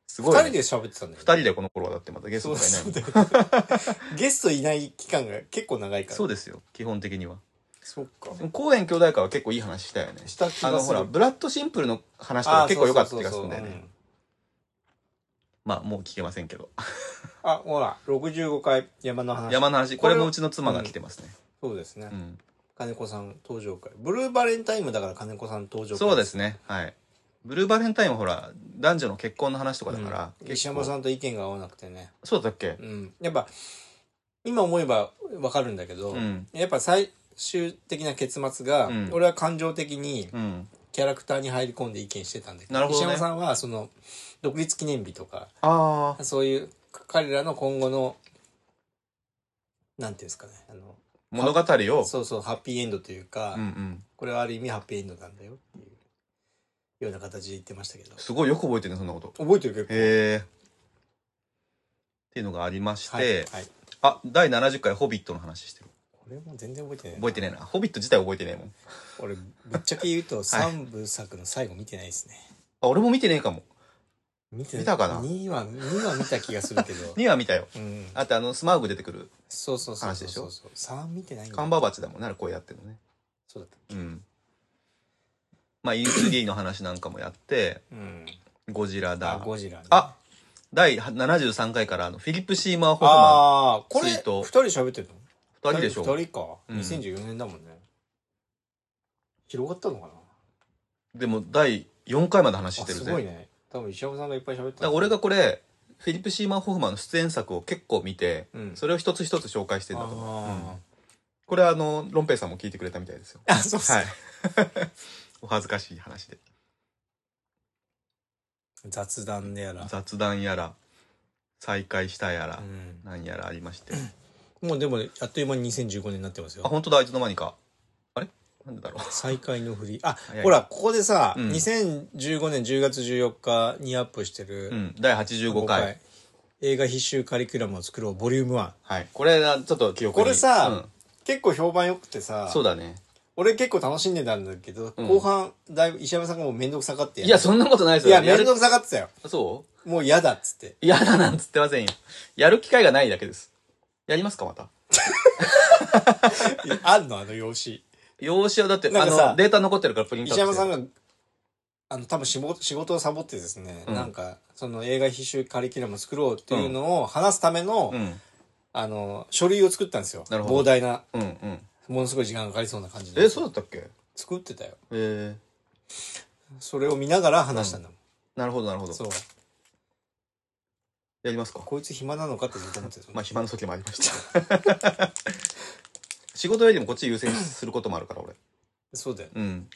Speaker 1: すごい、
Speaker 2: 二
Speaker 1: ね、
Speaker 2: 人で喋ってたんだよね。
Speaker 1: 2人でこの頃はだってまたゲスト
Speaker 2: そう
Speaker 1: とかいないも
Speaker 2: そ
Speaker 1: ん
Speaker 2: うだよね ゲストいない期間が結構長いから。
Speaker 1: そうですよ基本的には
Speaker 2: そっか。
Speaker 1: でも公演兄弟会は結構いい話したよね
Speaker 2: した気
Speaker 1: あ
Speaker 2: が
Speaker 1: の
Speaker 2: す
Speaker 1: ほ
Speaker 2: る。
Speaker 1: らブラッドシンプルの話とか結構良かった気がするんだよ
Speaker 2: あーそうそうそうそう
Speaker 1: ね
Speaker 2: うん
Speaker 1: まあもう聞けませんけど
Speaker 2: あ、ほら、65回山の話。
Speaker 1: 山の話
Speaker 2: こ
Speaker 1: こ
Speaker 2: れ
Speaker 1: れもうちの妻が来てますね、
Speaker 2: そうですね。
Speaker 1: うん
Speaker 2: 金子さん登場会。ブルーバレンタインもだから金子さん登場会。
Speaker 1: そうですねはいブルーバレンタインはほら男女の結婚の話とかだから、
Speaker 2: うん石山さ
Speaker 1: ん
Speaker 2: んと意見が合わなくてね。
Speaker 1: そうだったっけ
Speaker 2: うん。やっぱ、今思えばわかるんだけど、
Speaker 1: うん
Speaker 2: やっぱ最終的な結末が、
Speaker 1: うん
Speaker 2: 俺は感情的に
Speaker 1: うん
Speaker 2: キャラクターに入り込んで意見してたんだけど、
Speaker 1: なるほど
Speaker 2: 石
Speaker 1: ね
Speaker 2: 山さんはその、独立記念日とか、
Speaker 1: ああ
Speaker 2: そういう彼らの今後の、なんていうんですかね、あの、
Speaker 1: 物語を
Speaker 2: そうそう、ハッピーエンドというか、
Speaker 1: うんうん
Speaker 2: これはある意味ハッピーエンドなんだよっていうような形で言ってましたけど。
Speaker 1: すごいよく覚えてるねそんなこと
Speaker 2: 覚えてる結構。
Speaker 1: へえっていうのがありまして、
Speaker 2: はい、はい。
Speaker 1: あ第70回「ホビット」の話してる
Speaker 2: これも全然覚えてないな。
Speaker 1: 覚えてねえな「ホビット」自体覚えてねえもん
Speaker 2: 俺、ぶっちゃけ言うと三部作の最後見てないですね。
Speaker 1: あ俺も見てねえかも
Speaker 2: 見て
Speaker 1: 見たかな
Speaker 2: ?2 は、2は見た気がする けど。
Speaker 1: 2は見たよ
Speaker 2: うん。
Speaker 1: あとあのスマーグ出てくる
Speaker 2: そうそうそう
Speaker 1: 話
Speaker 2: そう
Speaker 1: でし
Speaker 2: そう
Speaker 1: ょ
Speaker 2: そう。3見てないんだ
Speaker 1: カンバーバッチだもんなら声やってるのね
Speaker 2: そうだった。
Speaker 1: うんまあ E3 の話なんかもやって
Speaker 2: うん。
Speaker 1: ゴジラ
Speaker 2: あ
Speaker 1: だ、
Speaker 2: ゴジラ、ね。
Speaker 1: あ第73回からあのフィリップ・シーマー・ホフマン
Speaker 2: あーこれ、
Speaker 1: ツイ
Speaker 2: 2
Speaker 1: ート
Speaker 2: 人喋ってるの
Speaker 1: 2人でしょ
Speaker 2: 2人か。
Speaker 1: うん
Speaker 2: 2014年だもんね。広がったのかな
Speaker 1: でも第4回まで話して
Speaker 2: あ
Speaker 1: る
Speaker 2: す
Speaker 1: ぜ
Speaker 2: ごいね。多分石山さんがいっぱい喋って
Speaker 1: だから俺が、これフィリップ・シーマン・ホフマンの出演作を結構見て、
Speaker 2: うん
Speaker 1: それを一つ一つ紹介してんだと思う
Speaker 2: あー
Speaker 1: これあのロンペイさんも聞いてくれたみたいですよ
Speaker 2: あ、そうっすか
Speaker 1: はい お恥ずかしい話で
Speaker 2: 雑談でやら、
Speaker 1: 雑談やら再会したやら
Speaker 2: う、ん
Speaker 1: なん、やらありまして
Speaker 2: もうでもあっという間に2015年になってますよ
Speaker 1: あ本当だいつの間にかなんでだろう。
Speaker 2: 再開の振り。あ
Speaker 1: い、
Speaker 2: ほら、ここでさ、
Speaker 1: うん
Speaker 2: 2015年10月14日にアップして る、
Speaker 1: うん、第85回。
Speaker 2: 映画必修カリキュラムを作ろう、ボリューム1。
Speaker 1: はい。これがちょっと記憶に
Speaker 2: これさ、結構評判良くて
Speaker 1: う
Speaker 2: さ
Speaker 1: ん、そうだね。
Speaker 2: 俺結構楽しんでたんだけど、
Speaker 1: うん
Speaker 2: 後半、だいぶ石山さんがもうめんどくさがって
Speaker 1: い や、そんなことないです
Speaker 2: い
Speaker 1: よ。
Speaker 2: や、めん
Speaker 1: る
Speaker 2: どくさがってたよ。
Speaker 1: そ
Speaker 2: もう嫌だっつって。
Speaker 1: う嫌だなんつってませんよ。やる機会がないだけです。やりますか、また。
Speaker 2: いやあんのあの 用紙。
Speaker 1: 用紙はだって、
Speaker 2: な
Speaker 1: あ
Speaker 2: んかさ
Speaker 1: の、データ残ってるからプリントア
Speaker 2: 石
Speaker 1: ウト
Speaker 2: 山
Speaker 1: して
Speaker 2: さんが、あの、多分仕事仕事をサボってですね、
Speaker 1: うん
Speaker 2: なんか、その映画必修カリキュラムを作ろうっていうのを話すための、
Speaker 1: うん。
Speaker 2: あの、書類を作ったんですよ。
Speaker 1: なるほど
Speaker 2: 膨大な、
Speaker 1: うんうん。
Speaker 2: ものすごい時間がかかりそうな感じで。
Speaker 1: え、そうだったっけ
Speaker 2: 作ってたよ。
Speaker 1: え
Speaker 2: それを見ながら話したんだもん。
Speaker 1: ー、なるほどなるほど。
Speaker 2: そう。
Speaker 1: やりますか。
Speaker 2: こいつ暇なのかってずっと思ってた。
Speaker 1: まあ、暇の時もありました。 仕事よりもこっち優先することもあるから、俺。
Speaker 2: そうだよ。
Speaker 1: うん。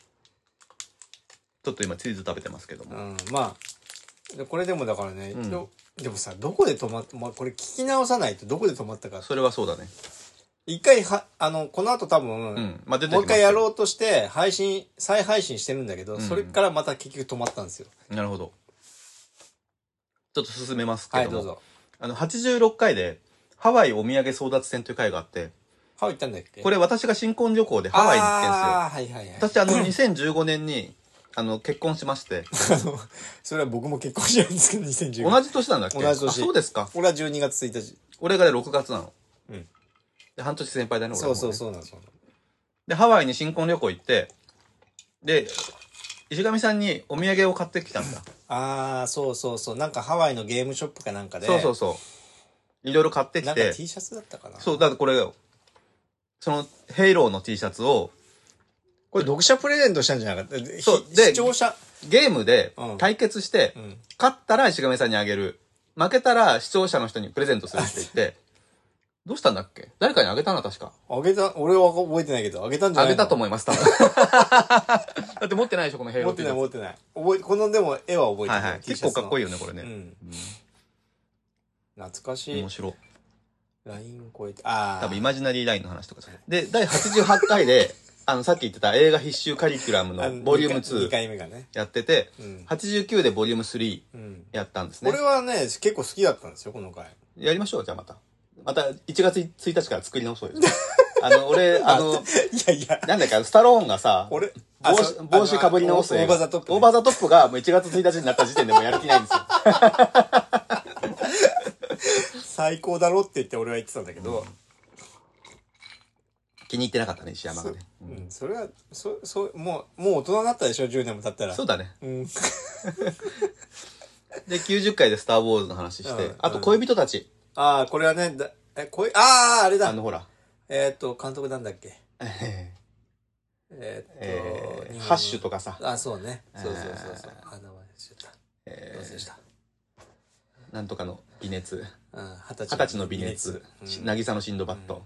Speaker 1: ちょっと今、チーズ食べてますけど
Speaker 2: う
Speaker 1: も。
Speaker 2: ん、まあ、でこれでもだからね、
Speaker 1: うん
Speaker 2: よでもさ、どこで止まった、まあ、これ聞き直さないとどこで止まったか。
Speaker 1: それはそうだね。
Speaker 2: 一回は、あの、この後多分、
Speaker 1: うん。まあ、出てき
Speaker 2: もう
Speaker 1: ます
Speaker 2: 一回やろ
Speaker 1: う。
Speaker 2: うとして、配信、再配信してるんだけど、
Speaker 1: うん
Speaker 2: それからまた結局止まったんですよ。
Speaker 1: なるほど。ちょっと進めますけ
Speaker 2: は
Speaker 1: ど
Speaker 2: い、
Speaker 1: も。
Speaker 2: どうぞ。
Speaker 1: あの、86回で、ハワイお土産争奪戦という回があって、
Speaker 2: ハワイ行ったんだっけ
Speaker 1: こ
Speaker 2: れ、
Speaker 1: れ私が新婚旅行でハワイに行ってんですよ。
Speaker 2: ああ、はいはいはい。
Speaker 1: 私あの2015年にあの結婚しまして
Speaker 2: それは僕も結婚してるんですけど、2015
Speaker 1: 同じ年なんだっけ
Speaker 2: 同じ年
Speaker 1: あそうですか
Speaker 2: 俺は12月1日。
Speaker 1: 俺がね6月なの、
Speaker 2: うん
Speaker 1: で半年先輩だね俺
Speaker 2: そうそう
Speaker 1: う
Speaker 2: そうなんですよ。
Speaker 1: でハワイに新婚旅行行ってで石上さんにお土産を買ってきたんだ
Speaker 2: ああ、そうそうそう。なんかハワイのゲームショップかなんかで。
Speaker 1: そうそうそういろいろ買って
Speaker 2: な
Speaker 1: き
Speaker 2: んか
Speaker 1: て
Speaker 2: T シャツだったかな。
Speaker 1: そうだからこれよそのヘイローの T シャツを
Speaker 2: これ読者プレゼントしたんじゃなかった
Speaker 1: そう
Speaker 2: ひ
Speaker 1: で
Speaker 2: 視聴者。
Speaker 1: ゲームで
Speaker 2: うん
Speaker 1: 対決して、
Speaker 2: うん。
Speaker 1: 勝ったら石上さんにあげる負けたら視聴者の人にプレゼントするって言ってどうしたんだっけ誰かにあげたな確か
Speaker 2: あげた、俺は覚えてないけど、あげたんじゃ
Speaker 1: あ
Speaker 2: ない
Speaker 1: げ
Speaker 2: の
Speaker 1: たと思います、 多分。だって持ってないでしょ、このヘイロー
Speaker 2: 持ってない持ってない。覚え、このでも絵は覚えて
Speaker 1: は
Speaker 2: ないい。
Speaker 1: はい。結構かっこい
Speaker 2: い
Speaker 1: いよね、これ
Speaker 2: う
Speaker 1: ね。
Speaker 2: ん。懐かしい
Speaker 1: 面。白。
Speaker 2: ライン超えて、ああ。
Speaker 1: 多分、イマジナリーラインの話とかさで、第88回で、あの、さっき言ってた映画必修カリキュラム
Speaker 2: あ
Speaker 1: のボリューム
Speaker 2: 二
Speaker 1: 2
Speaker 2: 回二回目がね。
Speaker 1: やってて、
Speaker 2: うん。
Speaker 1: 89でボリューム3
Speaker 2: うん。
Speaker 1: やったんですね
Speaker 2: 俺。はね、結構好きだったんですよ、この回。
Speaker 1: やりましょう、じゃあまた。また、1月1日から作り直そうよ。あの、俺、あ の、
Speaker 2: いやいや。
Speaker 1: なんだっけ、あのスタローンがさ、
Speaker 2: 俺、あ
Speaker 1: 帽
Speaker 2: そ
Speaker 1: 子
Speaker 2: う
Speaker 1: 帽子かぶり直す
Speaker 2: あの
Speaker 1: 映
Speaker 2: オー
Speaker 1: 画
Speaker 2: バーザトップね。
Speaker 1: オーバーザトップがもう1月1日になった時点でもうやる気ないんですよ。
Speaker 2: 最高だろって言って俺は言ってたんだけど、
Speaker 1: 気に入ってなかったね、石山がね。う
Speaker 2: うんん、それは、そ、そう、もう、もう大人になったでしょ、10年も経ったら。
Speaker 1: そう
Speaker 2: う。
Speaker 1: だね。
Speaker 2: うん。
Speaker 1: で、90回でスター・ウォーズの話して、
Speaker 2: うん
Speaker 1: あと恋人たち、
Speaker 2: ああ、これはね、だえ、こい、ああ、あれ
Speaker 1: あ
Speaker 2: だ。
Speaker 1: の、ほら、
Speaker 2: えーっと、監督なんだっけ。
Speaker 1: えー
Speaker 2: えーっと、
Speaker 1: えー
Speaker 2: 日本
Speaker 1: ハッシュとかさ、
Speaker 2: あ、そうね。
Speaker 1: えー
Speaker 2: そうそうそうそう。あ、名前忘れちゃっ
Speaker 1: え
Speaker 2: た。忘れ
Speaker 1: ー
Speaker 2: ちゃっ
Speaker 1: なんとかの微熱、
Speaker 2: た。うん、二十
Speaker 1: 二十歳の微熱、
Speaker 2: うん
Speaker 1: 渚のシンドバット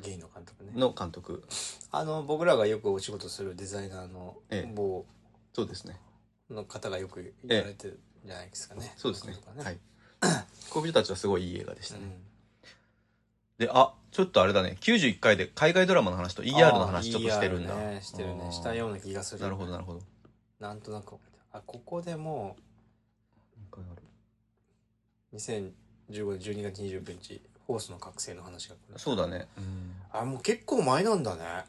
Speaker 2: ゲイの監督ね。
Speaker 1: の監督、
Speaker 2: あの、僕らがよくお仕事するデザイナーの
Speaker 1: ええ
Speaker 2: 某
Speaker 1: そうですね、
Speaker 2: の方がよく言われてるんじゃないですかね。
Speaker 1: そうですね
Speaker 2: 監、督が
Speaker 1: はい。 恋人たちはすごいいい映画でした
Speaker 2: う
Speaker 1: ね。
Speaker 2: ん
Speaker 1: で、あ、ちょっとあれだね、91回で海外ドラマの話と ER の話ちょっとしてるんだ。
Speaker 2: あー ER ね、してる
Speaker 1: あ
Speaker 2: ね
Speaker 1: ー
Speaker 2: したような気がする
Speaker 1: なるほど、なるほど。
Speaker 2: なんとなく覚えてるあここでもう2015年12月29日ホースの覚醒の話が
Speaker 1: そうだね。
Speaker 2: あもう結構前なんだね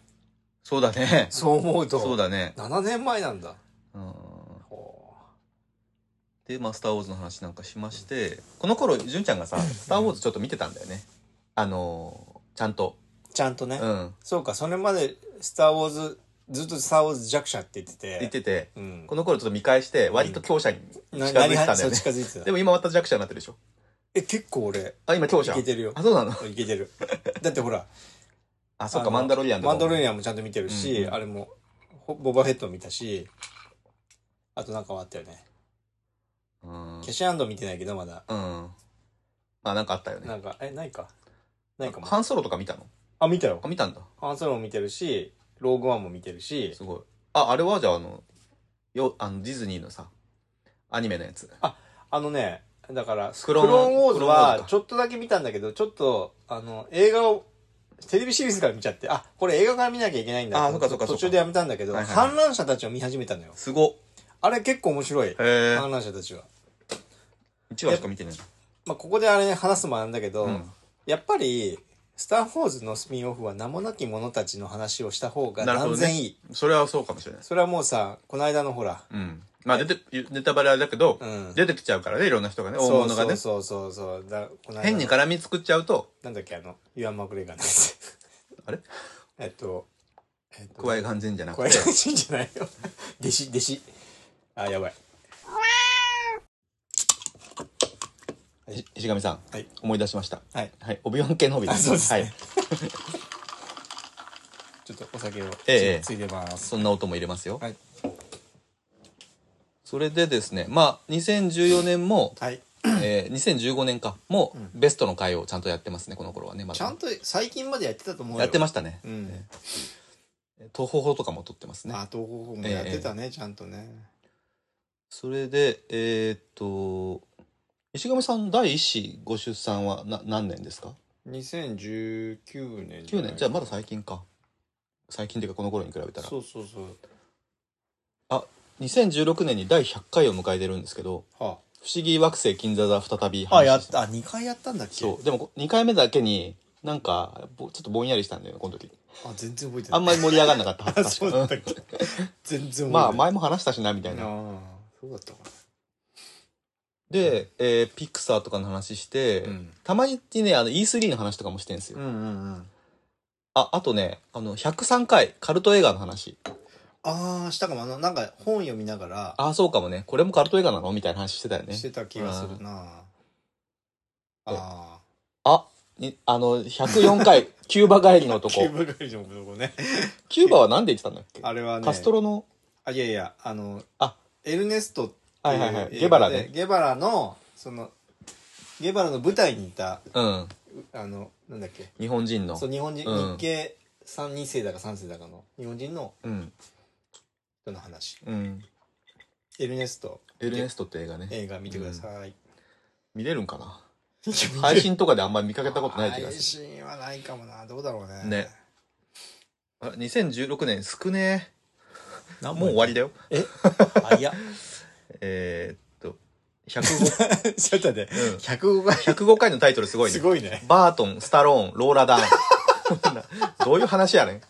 Speaker 1: そうだね。
Speaker 2: そう思うと
Speaker 1: そうだね。
Speaker 2: 7年前なんだ
Speaker 1: うん
Speaker 2: ほ
Speaker 1: で、まあ、スター・ウォーズの話なんかしまして、この頃、純ちゃんが さ、スター・ウォーズちょっと見てたんだよね。あのーちゃんと。
Speaker 2: うちゃんとね、
Speaker 1: うん。
Speaker 2: そうかそれまで「スター・ウォーズ」ずっと「スター・ウォーズ弱者」って言ってて
Speaker 1: 言ってて、
Speaker 2: うん、
Speaker 1: この頃ちょっと見返して、割と強者に近づ
Speaker 2: ない
Speaker 1: てたん
Speaker 2: 何
Speaker 1: だ
Speaker 2: はそ
Speaker 1: よ
Speaker 2: う
Speaker 1: ね。
Speaker 2: 近づいてた
Speaker 1: でも今また弱者になってるでしょ。
Speaker 2: え結構俺
Speaker 1: あ、今強者。
Speaker 2: いけてるよ
Speaker 1: あ、そうなの
Speaker 2: いけてるだってほら
Speaker 1: あ、そっか、
Speaker 2: あの
Speaker 1: マンダロリアンとか
Speaker 2: マン
Speaker 1: も
Speaker 2: ドロリアンもちゃんと見てるし、
Speaker 1: うん
Speaker 2: あれもほボバフェットも見たしあとなんかはあったよね
Speaker 1: うん。
Speaker 2: キャシーアンド見てないけどまだ
Speaker 1: うん。まあ、なんかあったよ
Speaker 2: な
Speaker 1: ね。
Speaker 2: んかえないかないかも
Speaker 1: ハンソロとか見たの
Speaker 2: あ見たよ
Speaker 1: あ、見たんだ。
Speaker 2: ハンソロも見てるしローグワンも見てるし
Speaker 1: すごい。あ、あれはじゃあ、あの、よ、あの、ディズニーのさ、アニメのやつ。
Speaker 2: あのねだからス
Speaker 1: ク
Speaker 2: ク
Speaker 1: ロ
Speaker 2: ロ
Speaker 1: ー
Speaker 2: ー
Speaker 1: ン
Speaker 2: ンウォーズ
Speaker 1: クローンウォーズ
Speaker 2: は
Speaker 1: か
Speaker 2: ちょっとだけ見たんだけどちょっとあの映画をテレビシリーズから見ちゃって、あ、これ映画から見なきゃいけないんだ
Speaker 1: あーそっかそっかそっ
Speaker 2: 途
Speaker 1: か
Speaker 2: 中でやめたんだけど、
Speaker 1: はいはいはい
Speaker 2: 反乱者たちを見始めたのよ。
Speaker 1: すごっ
Speaker 2: あれ結構面白い。
Speaker 1: へえ
Speaker 2: 反乱者たちは。
Speaker 1: 1話しか見てない
Speaker 2: まあ、ここであれ話すもなんだけど、
Speaker 1: うん
Speaker 2: やっぱり、スター・フォーズのスピンオフは名もなき者たちの話をした方が
Speaker 1: なるほ
Speaker 2: 断
Speaker 1: どね
Speaker 2: 然いい。
Speaker 1: それはそうかもしれないです
Speaker 2: それはもうさ、この間のほら、
Speaker 1: うんまあ出てネタバレだけど、
Speaker 2: うん
Speaker 1: 出てきちゃうからねいろんな人がね大
Speaker 2: そう
Speaker 1: 物がね
Speaker 2: そうそうそうそう。だこの間の
Speaker 1: 変に絡み作っちゃうと
Speaker 2: なんだっけ、あの、ユアン・マクレガーのやつ。
Speaker 1: あれ
Speaker 2: えっと、えっと、
Speaker 1: 加え完全じゃなく
Speaker 2: 怖い
Speaker 1: て
Speaker 2: 感じじゃないよ。弟子、弟子。あ、やばい。
Speaker 1: い石上さん、
Speaker 2: はい
Speaker 1: 思い出しました
Speaker 2: はい。
Speaker 1: はいオビワン系の帯で
Speaker 2: あ、そうですね。
Speaker 1: はい、
Speaker 2: ちょっとお酒をつ,、
Speaker 1: ええ
Speaker 2: ついでます。
Speaker 1: そんな音も入れますよ、
Speaker 2: はい。
Speaker 1: それでですねまあ2014年も、
Speaker 2: はい。
Speaker 1: えー、2015年かもうベストの回をちゃんとやってますねこの頃はねま
Speaker 2: ちゃ
Speaker 1: だ
Speaker 2: んと最近までやってたと思うよ。
Speaker 1: やってま
Speaker 2: し
Speaker 1: したね、
Speaker 2: うん。
Speaker 1: 東方法とかも撮ってますね
Speaker 2: あ、東方法もやってたね、ちゃんとね。
Speaker 1: それでえーっと石上さん第一子ご出産はな何年ですか
Speaker 2: 2019年
Speaker 1: 9年じゃあま
Speaker 2: だ
Speaker 1: だ最近か最近っていうかこの頃に比べたら
Speaker 2: そうそうそう。
Speaker 1: 2016年に第100回を迎えてるんですけど
Speaker 2: は
Speaker 1: 「不思議惑星金座座再び話し
Speaker 2: あ。
Speaker 1: た」
Speaker 2: あ、やった。あ、2回やったんだっけ
Speaker 1: そうでも2回目だけになんかぼちょっとぼんやりしたんだよねこの 時
Speaker 2: あ、全然覚えてな
Speaker 1: あ
Speaker 2: い。
Speaker 1: んまり盛り上がんなかった恥
Speaker 2: あ、
Speaker 1: ず
Speaker 2: そう
Speaker 1: かし
Speaker 2: だ
Speaker 1: か
Speaker 2: っ
Speaker 1: った
Speaker 2: たっけ 全然覚えてない。
Speaker 1: まあ前も話したしなみたいな
Speaker 2: ああ、そうだったか
Speaker 1: で、えーピクサーとかの話して、
Speaker 2: な。ん。
Speaker 1: たまにねあの E3 の話とかもしてんですよ、
Speaker 2: うんうんうん。
Speaker 1: ああとねあの103回カルト映画の話
Speaker 2: ああ、したかも。あの、なんか本読みながら、
Speaker 1: ああそうかもねこれもカルト映画なのみたいな話してたよね
Speaker 2: してた気がするな。
Speaker 1: うん
Speaker 2: ああ。
Speaker 1: あにあの104回 キューバ帰りの男
Speaker 2: キ
Speaker 1: キ
Speaker 2: ュ
Speaker 1: ュ
Speaker 2: ーブ会場のとこね。
Speaker 1: ーバは何で言ってたんだっけ
Speaker 2: あれはね。
Speaker 1: カストロの
Speaker 2: あ、いやいや、あの、
Speaker 1: あ
Speaker 2: エルネストっていう
Speaker 1: はいはいはい
Speaker 2: 映画で
Speaker 1: ゲバラね
Speaker 2: ゲバラの、その、ゲバラの舞台にいた、
Speaker 1: うん
Speaker 2: うあの、なんだっけ。
Speaker 1: 日本人の
Speaker 2: そう、日本人、
Speaker 1: うん
Speaker 2: 日系3、2世だか3世だかの、日本人の
Speaker 1: うん
Speaker 2: 人の話。
Speaker 1: うん
Speaker 2: エルネスト、
Speaker 1: エルネストって映画ね
Speaker 2: 映画見てください。
Speaker 1: 見れるんかな
Speaker 2: 配
Speaker 1: 配信とかであんまり見かけたことない気が
Speaker 2: 配
Speaker 1: す
Speaker 2: 信はないかもなどうだろうね
Speaker 1: るねあ2016年少ねえ
Speaker 2: な
Speaker 1: もう終わりだよ
Speaker 2: あいや
Speaker 1: えー、っと105
Speaker 2: ちょっと待って
Speaker 1: うん
Speaker 2: 105倍
Speaker 1: 105回のタイトルすごいね
Speaker 2: すごいね
Speaker 1: バートンスタローン ローラダーンどういう話やねん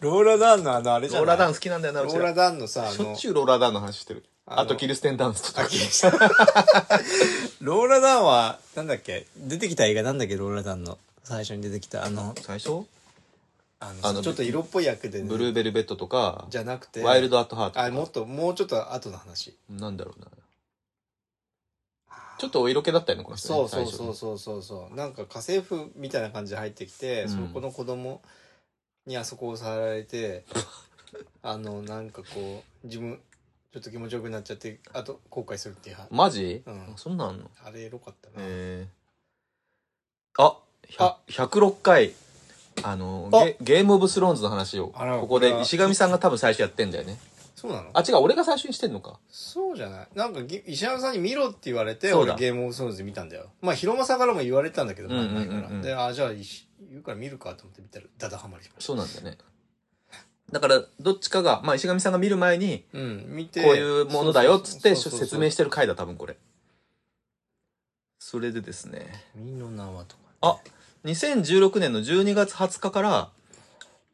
Speaker 2: ローラダンのあのあれじ
Speaker 1: ロ
Speaker 2: ゃ
Speaker 1: ー
Speaker 2: な
Speaker 1: ラ
Speaker 2: い
Speaker 1: ダー
Speaker 2: ン
Speaker 1: ン好きなんだよな
Speaker 2: ロ
Speaker 1: うち
Speaker 2: ー
Speaker 1: ら
Speaker 2: ラダンのさあ
Speaker 1: しょ
Speaker 2: の
Speaker 1: っちゅうローラダーンの話してる
Speaker 2: あの
Speaker 1: あとキルステンダンスと
Speaker 2: あ
Speaker 1: か
Speaker 2: きれいしたローラダンはなんだっけ出てきた映画なんだっけローラダンの最初に出てきたあの
Speaker 1: 最初
Speaker 2: あ
Speaker 1: あの
Speaker 2: ちょっと色っぽい役でね
Speaker 1: ブルーベルベットとか
Speaker 2: じゃなくて
Speaker 1: ワイルドアットハート
Speaker 2: あもっともうちょっと後の話
Speaker 1: なんだろうなちょっとお色気だったよねこの人ね
Speaker 2: そうそ
Speaker 1: 最
Speaker 2: う
Speaker 1: 初
Speaker 2: そうそうそうそうなんか家政婦みたいな感じで入ってきて、
Speaker 1: うん
Speaker 2: そこの子供にあそこを触られて あのなんかこう自分ちょっと気持ちよくなっちゃってあと後悔するっていうは
Speaker 1: マジ、
Speaker 2: うん
Speaker 1: そんなんあんの
Speaker 2: あれエロかったな、
Speaker 1: えー、あ
Speaker 2: あ
Speaker 1: 106回あの
Speaker 2: あ
Speaker 1: ゲゲームオブスローンズの話を
Speaker 2: あら
Speaker 1: ここ
Speaker 2: これ
Speaker 1: で
Speaker 2: は
Speaker 1: 石上さんが多分最初やってんだよね
Speaker 2: そうなの
Speaker 1: あ違う俺が最初にしてんのか
Speaker 2: そうじゃないなんかぎ石原さんに見ろって言われて
Speaker 1: そう
Speaker 2: 俺
Speaker 1: だ
Speaker 2: ゲームオブスローンズ見たんだよまあ広間さんからも言われてたんだけど
Speaker 1: うんうんうんうん
Speaker 2: 前々から、であじゃあいし言うから見るかと思って見たらダダハマりしました
Speaker 1: そうなんだよねだからどっちかが、まあ、石上さんが見る前に
Speaker 2: うん見て
Speaker 1: こういうものだよっつって
Speaker 2: そうそうそう
Speaker 1: 説明してる回だ多分これそれでですね
Speaker 2: 君の名はとかね、
Speaker 1: あ2016年の12月20日から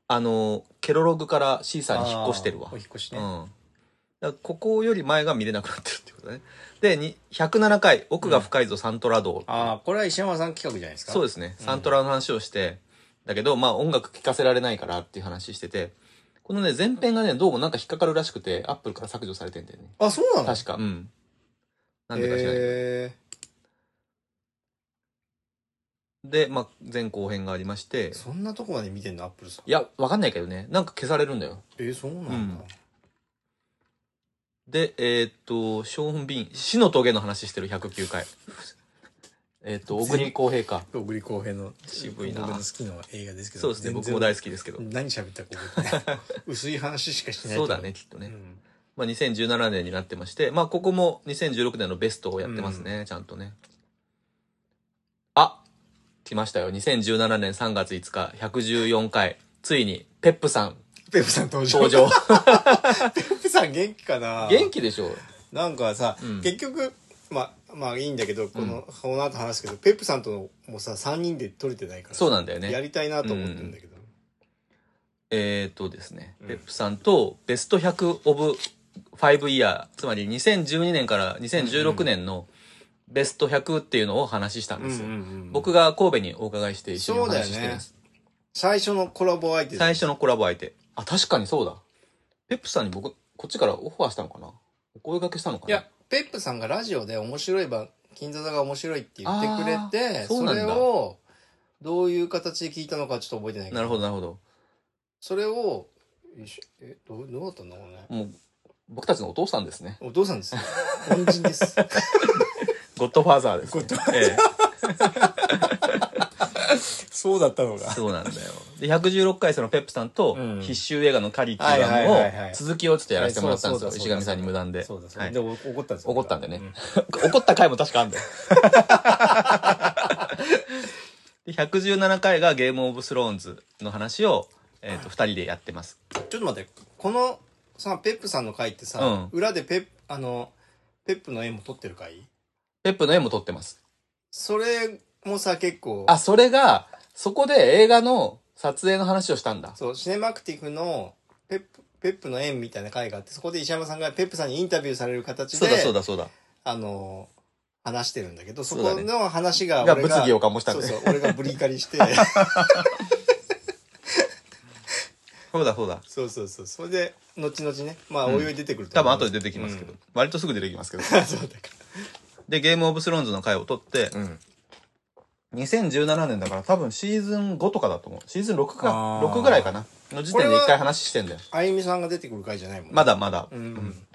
Speaker 1: あのケロログから C さんに引っ越してるわ
Speaker 2: あーお引っ越し
Speaker 1: う
Speaker 2: ね、
Speaker 1: ん、だからここより前が見れなくなってるってことだねでに107回「奥が深いぞ、サントラ道」
Speaker 2: ああ、これは石山さん企画じゃないですか。
Speaker 1: そう
Speaker 2: う
Speaker 1: ですねサントラの話をして、だけどまあ音楽聴かせられないからっていう話しててこのね前編がねどうもなんか引っかかるらしくてアップルから削除されてんだよね
Speaker 2: あ、そうなの
Speaker 1: 確かうんなんでか知らないけど
Speaker 2: へ
Speaker 1: で、まあ、前後編がありまして
Speaker 2: ーそんなとこまで見てんの、アップルさん。
Speaker 1: いやわかんないけどねなんか消されるんだよ
Speaker 2: えー、そうなんだ。
Speaker 1: うんで、えーっと、ショーン・ビーン、死の峠の話してる109回。 えーっと、小栗公平か。
Speaker 2: 小栗浩平の
Speaker 1: 渋いな
Speaker 2: 僕の好きな映画ですけど。
Speaker 1: そうですね、
Speaker 2: 全
Speaker 1: 僕
Speaker 2: 然
Speaker 1: も大好きですけど。
Speaker 2: 何喋ったか覚 えてない薄い話しかしてないと
Speaker 1: そう
Speaker 2: 思
Speaker 1: だね、。きっと
Speaker 2: う
Speaker 1: ね。
Speaker 2: ん
Speaker 1: まあ、2017年になってまして、まあ、ここも2016年のベストをやってますね、ちゃんとね。あ、来ましたよ。2017年3月5日、114回、ついに、ペップさん
Speaker 2: ペップさん登場。
Speaker 1: 登 場。
Speaker 2: ペップさん元気かな
Speaker 1: 元気でしょ
Speaker 2: なんかさ、
Speaker 1: うん
Speaker 2: 結局、ま、まあいいんだけど、この、この後話すけど、ペップさんとのもさ、3人で撮れてないから。
Speaker 1: そうなんだよ
Speaker 2: や
Speaker 1: ね。
Speaker 2: りたいなと思ってるんだけど。
Speaker 1: えっ、ー、とですね、
Speaker 2: うん
Speaker 1: ペップさんと、ベスト100オブ5イヤー、つまり2012年から2016年のベスト100っていうのを話したんですよ。僕
Speaker 2: が
Speaker 1: が神戸にお伺いして一緒にお話しして
Speaker 2: そうだよね
Speaker 1: ます。
Speaker 2: 最初のコラボ相手
Speaker 1: 最初のコラボ相手。あ、確かにそうだ。ペップさんに僕、こっちからオファーしたのかなお声掛けしたのかない
Speaker 2: やペップさんがラジオで面白い番金座座が面白いって言ってくれ
Speaker 1: あー
Speaker 2: て
Speaker 1: そう
Speaker 2: そ
Speaker 1: なんだ
Speaker 2: れをどういう形で聞いたのかちょっと覚えてないけど
Speaker 1: なるほど、なるほど。
Speaker 2: それをよいしょえどうどうだったんだろうね
Speaker 1: もう、僕たちのお父さんですね。
Speaker 2: お父さんですよ恩人です
Speaker 1: ゴッドファーザーです、ね。え
Speaker 2: そうだったの
Speaker 1: え そうなんだよ。で、116回そのペップさんと
Speaker 2: うん
Speaker 1: 必修映画のカリって
Speaker 2: はい
Speaker 1: いう
Speaker 2: はい
Speaker 1: の
Speaker 2: は
Speaker 1: を
Speaker 2: いはい、
Speaker 1: 続きをちょっとやらせてもらったんですよ。石上さんに無断で。
Speaker 2: そうだそう
Speaker 1: は
Speaker 2: だ
Speaker 1: い
Speaker 2: でお怒ったんですよ
Speaker 1: 怒ったんでね。怒った回も確かあんだ よ。で、117回がゲームオブスローンズの話を、えっ、と、二人でやってます。
Speaker 2: うんちょっと待ってこのさペップさんの回って
Speaker 1: うん
Speaker 2: さ裏でペッあのペップの絵も撮ってる回
Speaker 1: ペップの絵も撮ってます。
Speaker 2: それもさ結構
Speaker 1: あ、それが、そこで映画の撮影の話をしたんだ。
Speaker 2: そう、シネマクティフのペップ、ペップの縁みたいな会があって、そこで石山さんがペップさんにインタビューされる形で、
Speaker 1: そうだそうだそうだ。
Speaker 2: あの、話してるんだけど、そ
Speaker 1: そうだ
Speaker 2: こ
Speaker 1: ね
Speaker 2: の話が
Speaker 1: が
Speaker 2: 俺
Speaker 1: 物議を醸したん
Speaker 2: そう
Speaker 1: で
Speaker 2: そう、俺がブリーカ リして、
Speaker 1: そうだそうだ。
Speaker 2: そうそうそう、それで、後々ね、まあ、
Speaker 1: うん
Speaker 2: おいおい出てくると
Speaker 1: 多
Speaker 2: 思
Speaker 1: 分
Speaker 2: う
Speaker 1: 後で出てきますけど、
Speaker 2: うん
Speaker 1: 割とすぐ出てきますけど。
Speaker 2: そうだか
Speaker 1: で、ゲームオブスローンズの回を撮って、
Speaker 2: ら。うん。
Speaker 1: 2017年だから多分シーズン5とかだと思う。シーズン6か、
Speaker 2: あー
Speaker 1: 6ぐらいかな。の時点で一回話してんだよ。
Speaker 2: あゆみさんが出てくる会じゃないもんね
Speaker 1: ま。だまだ。
Speaker 2: うんうん。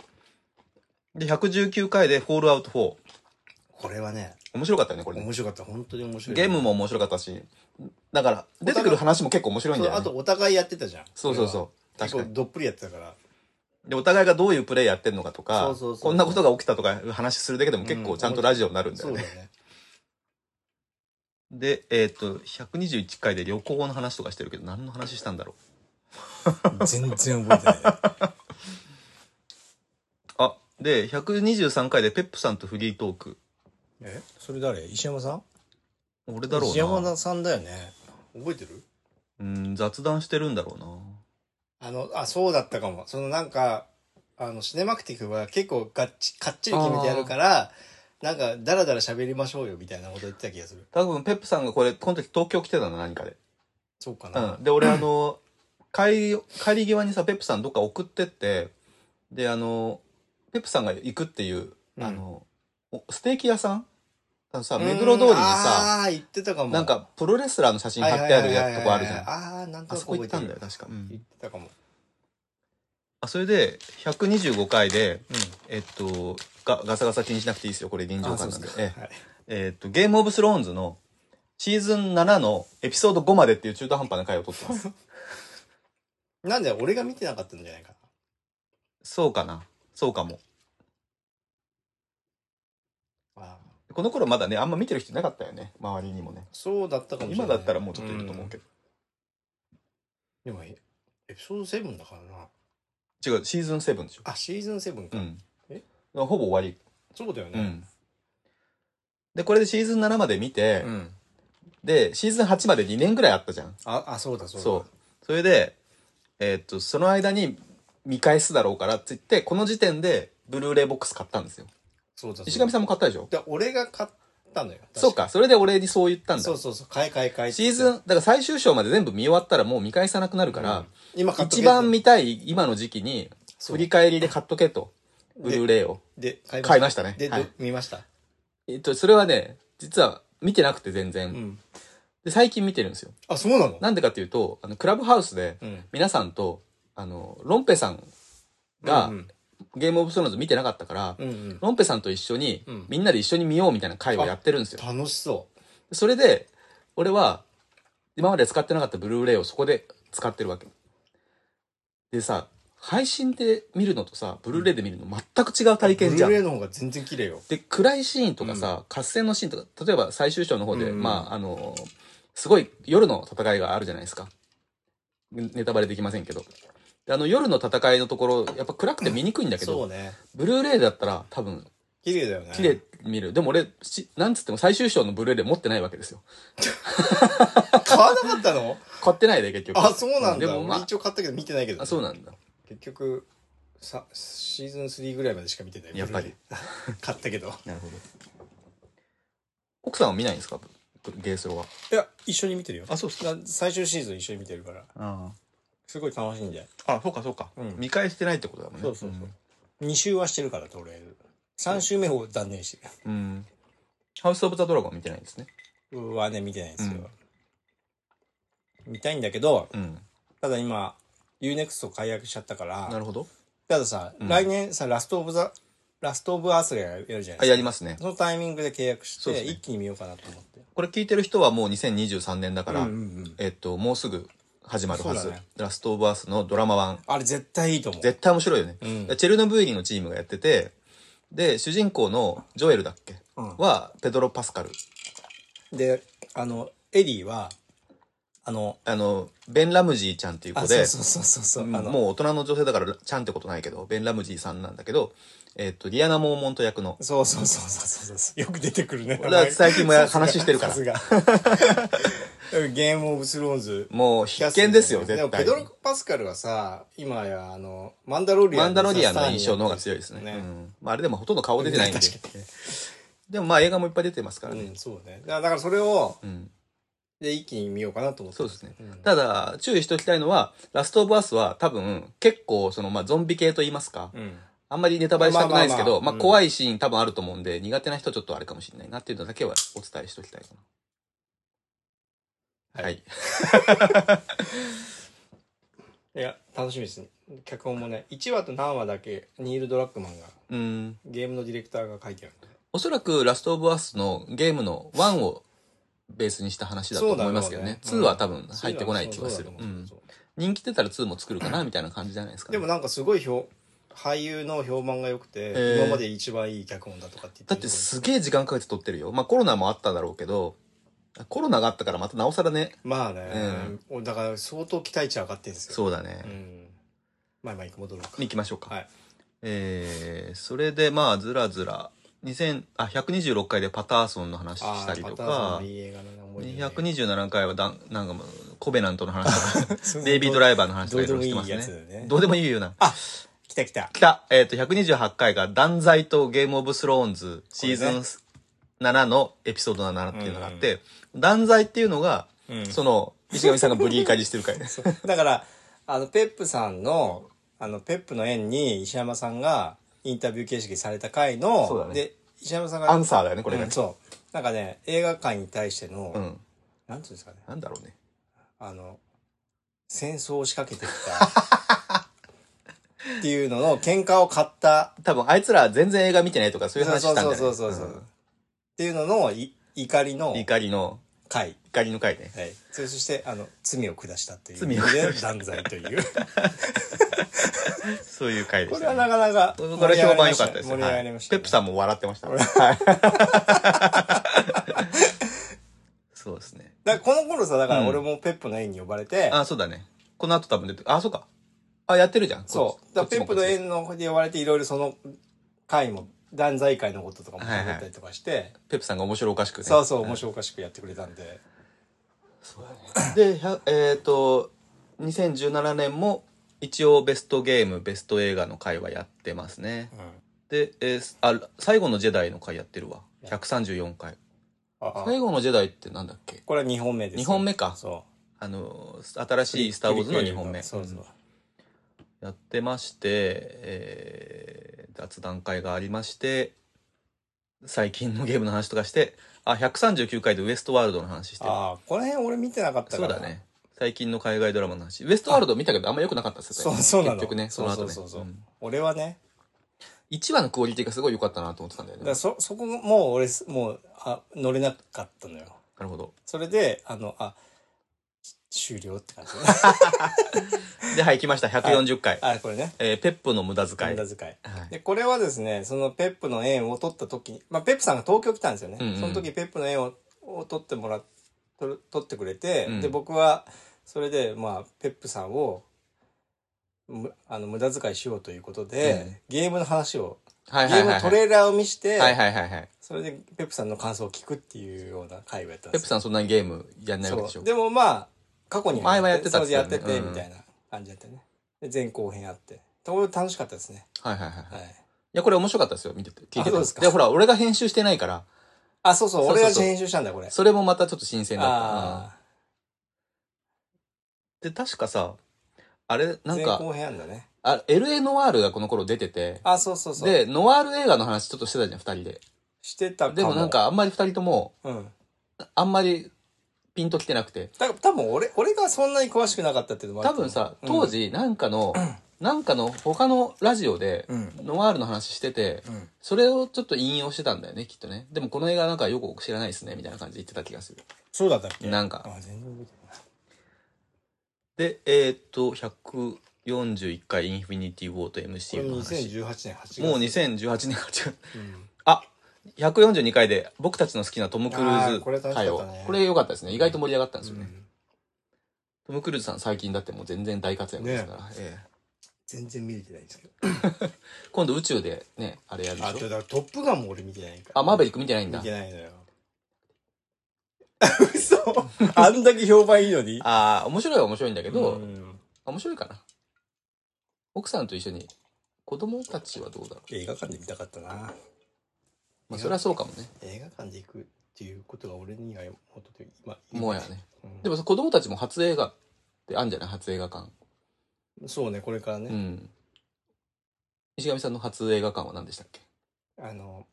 Speaker 1: で、119回でフォールアウト4。
Speaker 2: これはね、
Speaker 1: 面白かったよね、これね。
Speaker 2: 面白かった。本当に面白い。
Speaker 1: ゲームも面白かったし、だから、出てくる話も結構面白いん
Speaker 2: そ
Speaker 1: だ
Speaker 2: う、
Speaker 1: よ
Speaker 2: あ
Speaker 1: ね。
Speaker 2: とお互いやってたじゃん。
Speaker 1: そうそうそう。
Speaker 2: これは
Speaker 1: 確か
Speaker 2: 結
Speaker 1: に
Speaker 2: 構。どっぷりやってたから。
Speaker 1: で、お互いがどういうプレイやってんのかと
Speaker 2: そ
Speaker 1: か
Speaker 2: うそうそう、
Speaker 1: こんなことが起きたとか話するだけでも結構ちゃんとラジオになるんだ
Speaker 2: そ
Speaker 1: よ
Speaker 2: うだ
Speaker 1: ね。
Speaker 2: ね。
Speaker 1: で、えっと、121回で旅行の話とかしてるけど、何の話したんだろ
Speaker 2: 全然覚えてない。
Speaker 1: う。あ、で、123回でペップさんとフリートーク。
Speaker 2: えそれ誰石山さん
Speaker 1: 俺だろ
Speaker 2: 石
Speaker 1: うな。
Speaker 2: 山さんだよね覚えてる
Speaker 1: うん、雑談してるんだろうな。
Speaker 2: あのあそうだったかもそのなんかあのシネマクティクは結構がっちかっちり決めてやるからなんかダラダラ喋りましょうよみたいなこと言ってた気がする
Speaker 1: 多分、ペップさんがこれ、この時東京来てたの、何かで。
Speaker 2: そうかな、
Speaker 1: うん。で、俺、あの、帰り、帰り際にさ、ペップさんどっか送ってって、で、あの、ペップさんが行くっていう、
Speaker 2: うん
Speaker 1: あの、おステーキ屋さんあのさ、
Speaker 2: うん
Speaker 1: 目黒通りにさ、
Speaker 2: ああ言ってたかも
Speaker 1: なんか、プロレスラーの写真貼ってあるやとこあるじゃん。
Speaker 2: んああーなんと
Speaker 1: あ
Speaker 2: な
Speaker 1: そ
Speaker 2: く
Speaker 1: こ行
Speaker 2: 覚え
Speaker 1: った
Speaker 2: て
Speaker 1: ん
Speaker 2: る
Speaker 1: だよ、確か。
Speaker 2: 言ってたかも
Speaker 1: あ、それで、125回で、
Speaker 2: うん
Speaker 1: えっと、がガサガサ気にしなくていいですよ。これ臨場感なんで。
Speaker 2: あそう
Speaker 1: え
Speaker 2: で
Speaker 1: え
Speaker 2: すかはい
Speaker 1: えっと、ゲームオブスローンズのシーズン7のエピソード5までっていう中途半端な回を撮ってます。
Speaker 2: なんで俺が見てなかったんじゃないかな
Speaker 1: そうかな。そうかも。
Speaker 2: あー
Speaker 1: この頃まだね、あんま見てる人いなかったよね。周りにもね。
Speaker 2: そうだったかもしれな
Speaker 1: 今
Speaker 2: い
Speaker 1: だったらもうちょっといると思うけど。
Speaker 2: ど、でもエピソード7だからな
Speaker 1: 違う、シーズン7でしょ。
Speaker 2: あシーズン7
Speaker 1: う
Speaker 2: か、
Speaker 1: ん。
Speaker 2: え
Speaker 1: ほぼ終わり。
Speaker 2: そうだよ
Speaker 1: う
Speaker 2: ね
Speaker 1: ん。で、これでシーズン7まで見て、
Speaker 2: ん
Speaker 1: で、シーズン8まで2年ぐらいあったじゃん。
Speaker 2: ああそうだそうだ
Speaker 1: そう。それで、えーっと、その間に見返すだろうからって言って、この時点で、ブルーレイボックス買ったんですよ。
Speaker 2: そうだそうだ
Speaker 1: 石上さんも買ったでしょ
Speaker 2: で俺が買ったのよ
Speaker 1: そうか、それでお礼にそう言ったん
Speaker 2: 確か
Speaker 1: だ
Speaker 2: そ。うそうそう買い買い買い
Speaker 1: シーズン、だから最終章まで全部見終わったらもう見返さなくなるか、
Speaker 2: から今買っとけ
Speaker 1: 一番見たい今の時期に、
Speaker 2: そう
Speaker 1: 振り返りで買っとけと、ブルーレイを。
Speaker 2: で買
Speaker 1: 買いましたね
Speaker 2: で、
Speaker 1: はい
Speaker 2: ど見ました
Speaker 1: えっと、それはね、実は見てなくて全
Speaker 2: う
Speaker 1: 然。
Speaker 2: ん
Speaker 1: で、最近見てるんですよ。
Speaker 2: あそうなの
Speaker 1: なんでかっていうと、あの、クラブハウスで、
Speaker 2: うん
Speaker 1: 皆さんと、あの、ロンペさんが
Speaker 2: う、ん
Speaker 1: ゲームオブスローンズ見てなかったから、
Speaker 2: うんうん
Speaker 1: ロンペさんと一緒に、
Speaker 2: うん
Speaker 1: みんなで一緒に見ようみたいな会をやってるんですよ。
Speaker 2: 楽しそ
Speaker 1: それで、俺は、今まで使ってなかったブルーレイをそこで使ってるわけ。でさ、配信で見るのとさ、ブルーレイで見るの全く違う体験じゃ
Speaker 2: ブルーレイ
Speaker 1: ん。
Speaker 2: の方が全然綺麗よ。
Speaker 1: で、暗いシーンとかさ、合戦のシーンとか、例えば最終章の方で、
Speaker 2: うん
Speaker 1: まあ、あの、すごい夜の戦いがあるじゃないですか。ねネタバレできませんけど。であの夜の戦いのところ、やっぱ暗くて見にくいんだけど、
Speaker 2: そうね。
Speaker 1: ブルーレイだったら多分
Speaker 2: 綺麗だよね。
Speaker 1: 綺麗に見る。でも俺、しなんつっても最終章のブルーレイ持ってないわけですよ。
Speaker 2: 買わなかっ たの
Speaker 1: 買ってないで、結局。
Speaker 2: あ、そうなん
Speaker 1: で
Speaker 2: だ。
Speaker 1: もま
Speaker 2: 俺
Speaker 1: あ、
Speaker 2: 一応買ったけど見てないけどね、
Speaker 1: あそうなんだ。
Speaker 2: 結局さ、シーズン3ぐらいまでしか見てない。
Speaker 1: やっぱり
Speaker 2: ブルーレイ。買ったけど。
Speaker 1: なるほど。奥さんは見ないんですかゲーセロは。
Speaker 2: いや、一緒に見てるよ。
Speaker 1: あ、そうっすか。
Speaker 2: な最終シーズン一緒に見てるから、
Speaker 1: あ
Speaker 2: すごい楽しいんで。
Speaker 1: あ、そうかそうか、
Speaker 2: うん
Speaker 1: 見返してないってことだもんね。
Speaker 2: そうそうそう。2週はしてるから、とりあえず。3週目を断念して
Speaker 1: うん。うんハウス・オブ・ザ・ドラゴンは見てないんですね。
Speaker 2: る。はね、見てないんですよ。見たいんだけど、
Speaker 1: うん。
Speaker 2: ただ今、UNEXT 解約しちゃったから、
Speaker 1: なるほど。
Speaker 2: たださ、
Speaker 1: うん
Speaker 2: 来年さ、ラストオブザ、ラストオブアースがやるじゃないですか。
Speaker 1: あ、やりますね。
Speaker 2: そのタイミングで契約し
Speaker 1: そうで
Speaker 2: て、
Speaker 1: すね
Speaker 2: 一気に見ようかなと思って。
Speaker 1: これ聞いてる人はもう2023年だから、
Speaker 2: うんうんうん
Speaker 1: えっと、もうすぐ始まるはず。
Speaker 2: そうだね
Speaker 1: ラスト・オブ・アースのドラマ版。
Speaker 2: あれ絶対いいと思う。
Speaker 1: 絶対面白いよね。
Speaker 2: うん
Speaker 1: チェルノブイリのチームがやってて、で、主人公のジョエルだっけ、
Speaker 2: うん
Speaker 1: は、ペドロ・パスカル。
Speaker 2: で、あの、エリーは、あの、
Speaker 1: あの、ベン・ラムジーちゃんっていう
Speaker 2: あ、
Speaker 1: 子
Speaker 2: そ
Speaker 1: で
Speaker 2: う、そうそうそうそう、
Speaker 1: うん
Speaker 2: あの、
Speaker 1: もう大人の女性だから、ちゃんってことないけど、ベン・ラムジーさんなんだけど、えっと、リアナ・モーモント役の、
Speaker 2: そうそうそうそうそうそう。よく出てくるね。
Speaker 1: 俺は最近もや
Speaker 2: さすが
Speaker 1: 話してるから
Speaker 2: さすが。 ゲームオブスローンズ。
Speaker 1: もう必見ですよ、
Speaker 2: キャス
Speaker 1: 絶
Speaker 2: ト
Speaker 1: 対
Speaker 2: でもペドロ・パスカルはさ、今や、あの、マンダロリア
Speaker 1: マ
Speaker 2: ン
Speaker 1: ンダ
Speaker 2: でさ
Speaker 1: ロリアンの
Speaker 2: スターに
Speaker 1: 印象の方が強いですね。
Speaker 2: ね
Speaker 1: うんまあ、あれでもほとんど顔出てないんで。
Speaker 2: 確
Speaker 1: でもまあ映画もいっぱい出てますから
Speaker 2: う
Speaker 1: ね。
Speaker 2: ん、そうね。だからだからそれを、
Speaker 1: うん
Speaker 2: で、一気に見ようかなと思って。
Speaker 1: そうですね
Speaker 2: ん。
Speaker 1: ただ、注意しておきたいのは、ラストオブアースは多分、結構、その、まあ、ゾンビ系と言いますか、
Speaker 2: うん。
Speaker 1: あんまりネタバレしたくないですけど、
Speaker 2: ま
Speaker 1: ま
Speaker 2: あまあまあ
Speaker 1: あ、
Speaker 2: うん
Speaker 1: 怖いシーン多分あると思うんで、苦手な人はちょっとあれかもしれないなっていうのだけはお伝えしておきたいかな。はい。
Speaker 2: いや、楽しみですね。脚本もね、1話と何話だけ、ニール・ドラッグマンが、
Speaker 1: うん。
Speaker 2: ゲームのディレクターが書いてある。
Speaker 1: おそらくラストオブアースのゲームの1をベースにした話だと思いますけどね。
Speaker 2: そう
Speaker 1: 2
Speaker 2: だろうね
Speaker 1: は多分入ってこない気はする。
Speaker 2: そうだと思う
Speaker 1: うん人気出たら2も作るかなみたいな感じじゃないですかね、
Speaker 2: でもなんかすごい評俳優の評判が良くて、
Speaker 1: ー
Speaker 2: 今まで一番いい脚本だとかって言って
Speaker 1: だってすげえ時間かけて撮ってるよ。まあコロナもあっただろうけど、コロナがあったからまたなおさらね。
Speaker 2: まあね、おだから相当期待値上がってるんですよ
Speaker 1: そうだ
Speaker 2: う
Speaker 1: ね。
Speaker 2: んまあまあ戻ろうか
Speaker 1: 行きましょうか。
Speaker 2: はい
Speaker 1: えー、それでまあずらずら、2000、あ、126回でパターソンの話
Speaker 2: あ
Speaker 1: した
Speaker 2: あ
Speaker 1: り
Speaker 2: パ
Speaker 1: と
Speaker 2: ターソン
Speaker 1: か
Speaker 2: の、いい映画だな思い出ね
Speaker 1: 227回はだん、なんかもうコベナントの話とか、
Speaker 2: そうそう
Speaker 1: ベイビードライバーの話とか
Speaker 2: ど
Speaker 1: い
Speaker 2: うで
Speaker 1: ろ
Speaker 2: も
Speaker 1: い
Speaker 2: い
Speaker 1: ろ
Speaker 2: い
Speaker 1: して
Speaker 2: や
Speaker 1: ま
Speaker 2: つ
Speaker 1: す
Speaker 2: だよ
Speaker 1: ね。
Speaker 2: ね
Speaker 1: どうでもいいような。
Speaker 2: あ来た来た
Speaker 1: 来た、えっ、と、128回が、断罪とゲームオブスローンズ、シーズン7のエピソード7っていうのがあって、断罪っていうのが、
Speaker 2: うん
Speaker 1: その、石上さんがブリーカジ してる回です。
Speaker 2: だからあのペップさんのあのペップの縁に石山さんがインタビュー形式された回の
Speaker 1: そうだね
Speaker 2: で石山さんが
Speaker 1: アンサーだよね、これが
Speaker 2: うん
Speaker 1: ね。
Speaker 2: そうなんかね映画界に対しての、
Speaker 1: うん。
Speaker 2: なんていうんですかね
Speaker 1: なんだろうね。
Speaker 2: あの、戦争を仕掛けてき た。っていうのの喧嘩を買った。
Speaker 1: 多分、あいつら全然映画見てないとか、そういう話したんだよね。
Speaker 2: そうそうそうそう。っ
Speaker 1: ん
Speaker 2: ていうののい怒りの
Speaker 1: 怒りの、
Speaker 2: 回。
Speaker 1: 怒りの回ね。
Speaker 2: はい。そそして、あの、罪を下したという。
Speaker 1: 罪を下し
Speaker 2: 断罪と いう。
Speaker 1: そういう回で
Speaker 2: こ
Speaker 1: し
Speaker 2: れ
Speaker 1: た、
Speaker 2: は
Speaker 1: ね。
Speaker 2: なかなか
Speaker 1: これ評判良かったです
Speaker 2: 盛
Speaker 1: よ。
Speaker 2: り上がりました
Speaker 1: はいペッ
Speaker 2: ね。
Speaker 1: プさんも笑ってました。はい。 そうですね。
Speaker 2: だからこの頃さ、だか
Speaker 1: う
Speaker 2: ら
Speaker 1: ん
Speaker 2: 俺もペップの縁に呼ばれて、
Speaker 1: あ、そうだね。この後多分出てあ、そうか。あ、やってるじゃん。
Speaker 2: そう。
Speaker 1: こ
Speaker 2: だか
Speaker 1: っ
Speaker 2: ら
Speaker 1: ち
Speaker 2: ペ
Speaker 1: も
Speaker 2: ップの
Speaker 1: こっちも
Speaker 2: 縁ので呼ばれて、いろいろその回も、断罪会のこととかも喋ったりとかして、
Speaker 1: ペップさんが面白おかしくね。
Speaker 2: そうそう、面白おかしくやってくれたんで。
Speaker 1: で、100えっ、と、2017年も一応ベストゲーム、ベスト映画の回はやってますね。で、えーすあ、最後のジェダイの回やってるわ。134回。
Speaker 2: あ
Speaker 1: 最後のジェダイってなんだっけ
Speaker 2: これは2本目ですね。
Speaker 1: 二本目か
Speaker 2: そ
Speaker 1: あの、新
Speaker 2: う。
Speaker 1: しいスターウォーズの2本目。
Speaker 2: そうそう。
Speaker 1: やってまして、えー雑談会がありまして、最近のゲームの話とかして、あ、139回でウエストワールドの話してる。
Speaker 2: ああ、この辺俺見てなかった
Speaker 1: そ
Speaker 2: か
Speaker 1: う
Speaker 2: ら。
Speaker 1: だね。最近の海外ドラマの話。ウエストワールド見たけどあんま良くなかったっす
Speaker 2: そうそうなの。
Speaker 1: 結局ね、その後ね。
Speaker 2: そうそうそうそう
Speaker 1: うん
Speaker 2: 俺はね、
Speaker 1: 1話のクオリティがすごい良かったなと思ってたんだよ
Speaker 2: だ
Speaker 1: ね。
Speaker 2: からそ、そこもう俺す、もう、あ、乗れなかったのよ。
Speaker 1: なるほど。
Speaker 2: それで、あの、あ、終了って感 じ、ね、
Speaker 1: で、はい、来ました。140回。
Speaker 2: あ、これね。
Speaker 1: えーペップの無駄遣
Speaker 2: 無
Speaker 1: い。
Speaker 2: 駄遣い。
Speaker 1: はい
Speaker 2: で、これはですね、そのペップの縁を取った時に、まあ、ペップさんが東京来たんですよね。
Speaker 1: うんうん
Speaker 2: その時、ペップの縁をを取ってもらっ、取る取ってくれて、
Speaker 1: うん
Speaker 2: で、僕は、それで、まあ、ペップさんを、むあの、無駄遣いしようということで、
Speaker 1: うん
Speaker 2: ゲームの話を、
Speaker 1: は
Speaker 2: ゲ
Speaker 1: いはい
Speaker 2: ーム
Speaker 1: は
Speaker 2: の
Speaker 1: い
Speaker 2: ト
Speaker 1: はい。
Speaker 2: レーラーを見して、
Speaker 1: はいはいはいはい。
Speaker 2: それで、ペップさんの感想を聞くっていうような会をやったん
Speaker 1: ペ
Speaker 2: で
Speaker 1: ップ
Speaker 2: すよ。
Speaker 1: さんそんなにゲームやんないわけでし
Speaker 2: そ
Speaker 1: ょ
Speaker 2: う。でもまあ、過去に
Speaker 1: 前はやってたっ
Speaker 2: そ
Speaker 1: て
Speaker 2: う
Speaker 1: 言
Speaker 2: や
Speaker 1: っ
Speaker 2: ってて
Speaker 1: たよね
Speaker 2: て、
Speaker 1: うん
Speaker 2: みたいな感じだったね。で、前後編あって。ところで楽しかったですね。
Speaker 1: はいはいはい。
Speaker 2: はいい。
Speaker 1: や、これ面白かったですよ。見てて。聞いて
Speaker 2: あそうです
Speaker 1: て。
Speaker 2: か
Speaker 1: で、ほら、俺が編集してないから、
Speaker 2: あ、そうそう、
Speaker 1: そうそう
Speaker 2: 俺
Speaker 1: そう
Speaker 2: が編集したんだ、これ。
Speaker 1: それもまたちょっと新鮮だった。うん
Speaker 2: あ
Speaker 1: で、確かさ、あれ、
Speaker 2: あ、
Speaker 1: なん
Speaker 2: 前
Speaker 1: か、
Speaker 2: 後編あんだね。
Speaker 1: あ LA ノワールがこの頃出てて、
Speaker 2: あ、そうそうそう。
Speaker 1: で、ノワール映画の話ちょっとしてたじゃん、二人で。
Speaker 2: してたかも。
Speaker 1: でもなん、か、あんまり二人とも、
Speaker 2: うん。
Speaker 1: あんまりピンときてなくて。
Speaker 2: だ多分俺、俺がそんなに詳しくなかったっていうのもある
Speaker 1: 多
Speaker 2: と思う
Speaker 1: 分さ、当、時、なんかの、なんかの他のラジオで
Speaker 2: う、ん。
Speaker 1: ノワールの話してて、
Speaker 2: うん。
Speaker 1: それをちょっと引用してたんだよね、きっとね。でもこの映画なんかよく知らないですね、みたいな感じで言ってた気がする。
Speaker 2: そうだったっけ
Speaker 1: なんか
Speaker 2: あ、全然覚えてない。
Speaker 1: で、えーっと、141回インフィニティ・ウォーと MCU の
Speaker 2: これ
Speaker 1: 話。
Speaker 2: 2018年8月。
Speaker 1: もう2018年8月。
Speaker 2: うん
Speaker 1: あ142回で僕たちの好きなトム・クルー
Speaker 2: あーこれ
Speaker 1: ズ
Speaker 2: 楽しか
Speaker 1: 会
Speaker 2: った
Speaker 1: を。
Speaker 2: ね
Speaker 1: これ良かったですね。意外と盛り上がったんです
Speaker 2: う
Speaker 1: よね。
Speaker 2: ん
Speaker 1: トム・クルーズさん最近だってもう全然大活躍ですから。ええ
Speaker 2: 全然見れてないんですけど。
Speaker 1: 今度宇宙でね、あれやるで
Speaker 2: あ、
Speaker 1: し
Speaker 2: と
Speaker 1: ょ。
Speaker 2: だからトップガンも俺見てないから。
Speaker 1: あ、マーベリック見てないん
Speaker 2: 見
Speaker 1: だ
Speaker 2: て。ないのよ。 嘘あんだけ評判いいのに
Speaker 1: ああ、面白いは面白いんだけど、
Speaker 2: うん
Speaker 1: 面白いかな。奥さんと一緒に、子供たちはどうだろ
Speaker 2: 映画館で見たかったな。
Speaker 1: う。まあ、それはそうかもね。
Speaker 2: 映画館で行くっていうことが俺にはもっと今
Speaker 1: もうやね。
Speaker 2: うん
Speaker 1: でも子供たちも初映画ってあんじゃない初映画館。
Speaker 2: そうねこれから
Speaker 1: う
Speaker 2: ね、
Speaker 1: ん。石上さんの初映画館は何でしたっけ
Speaker 2: あの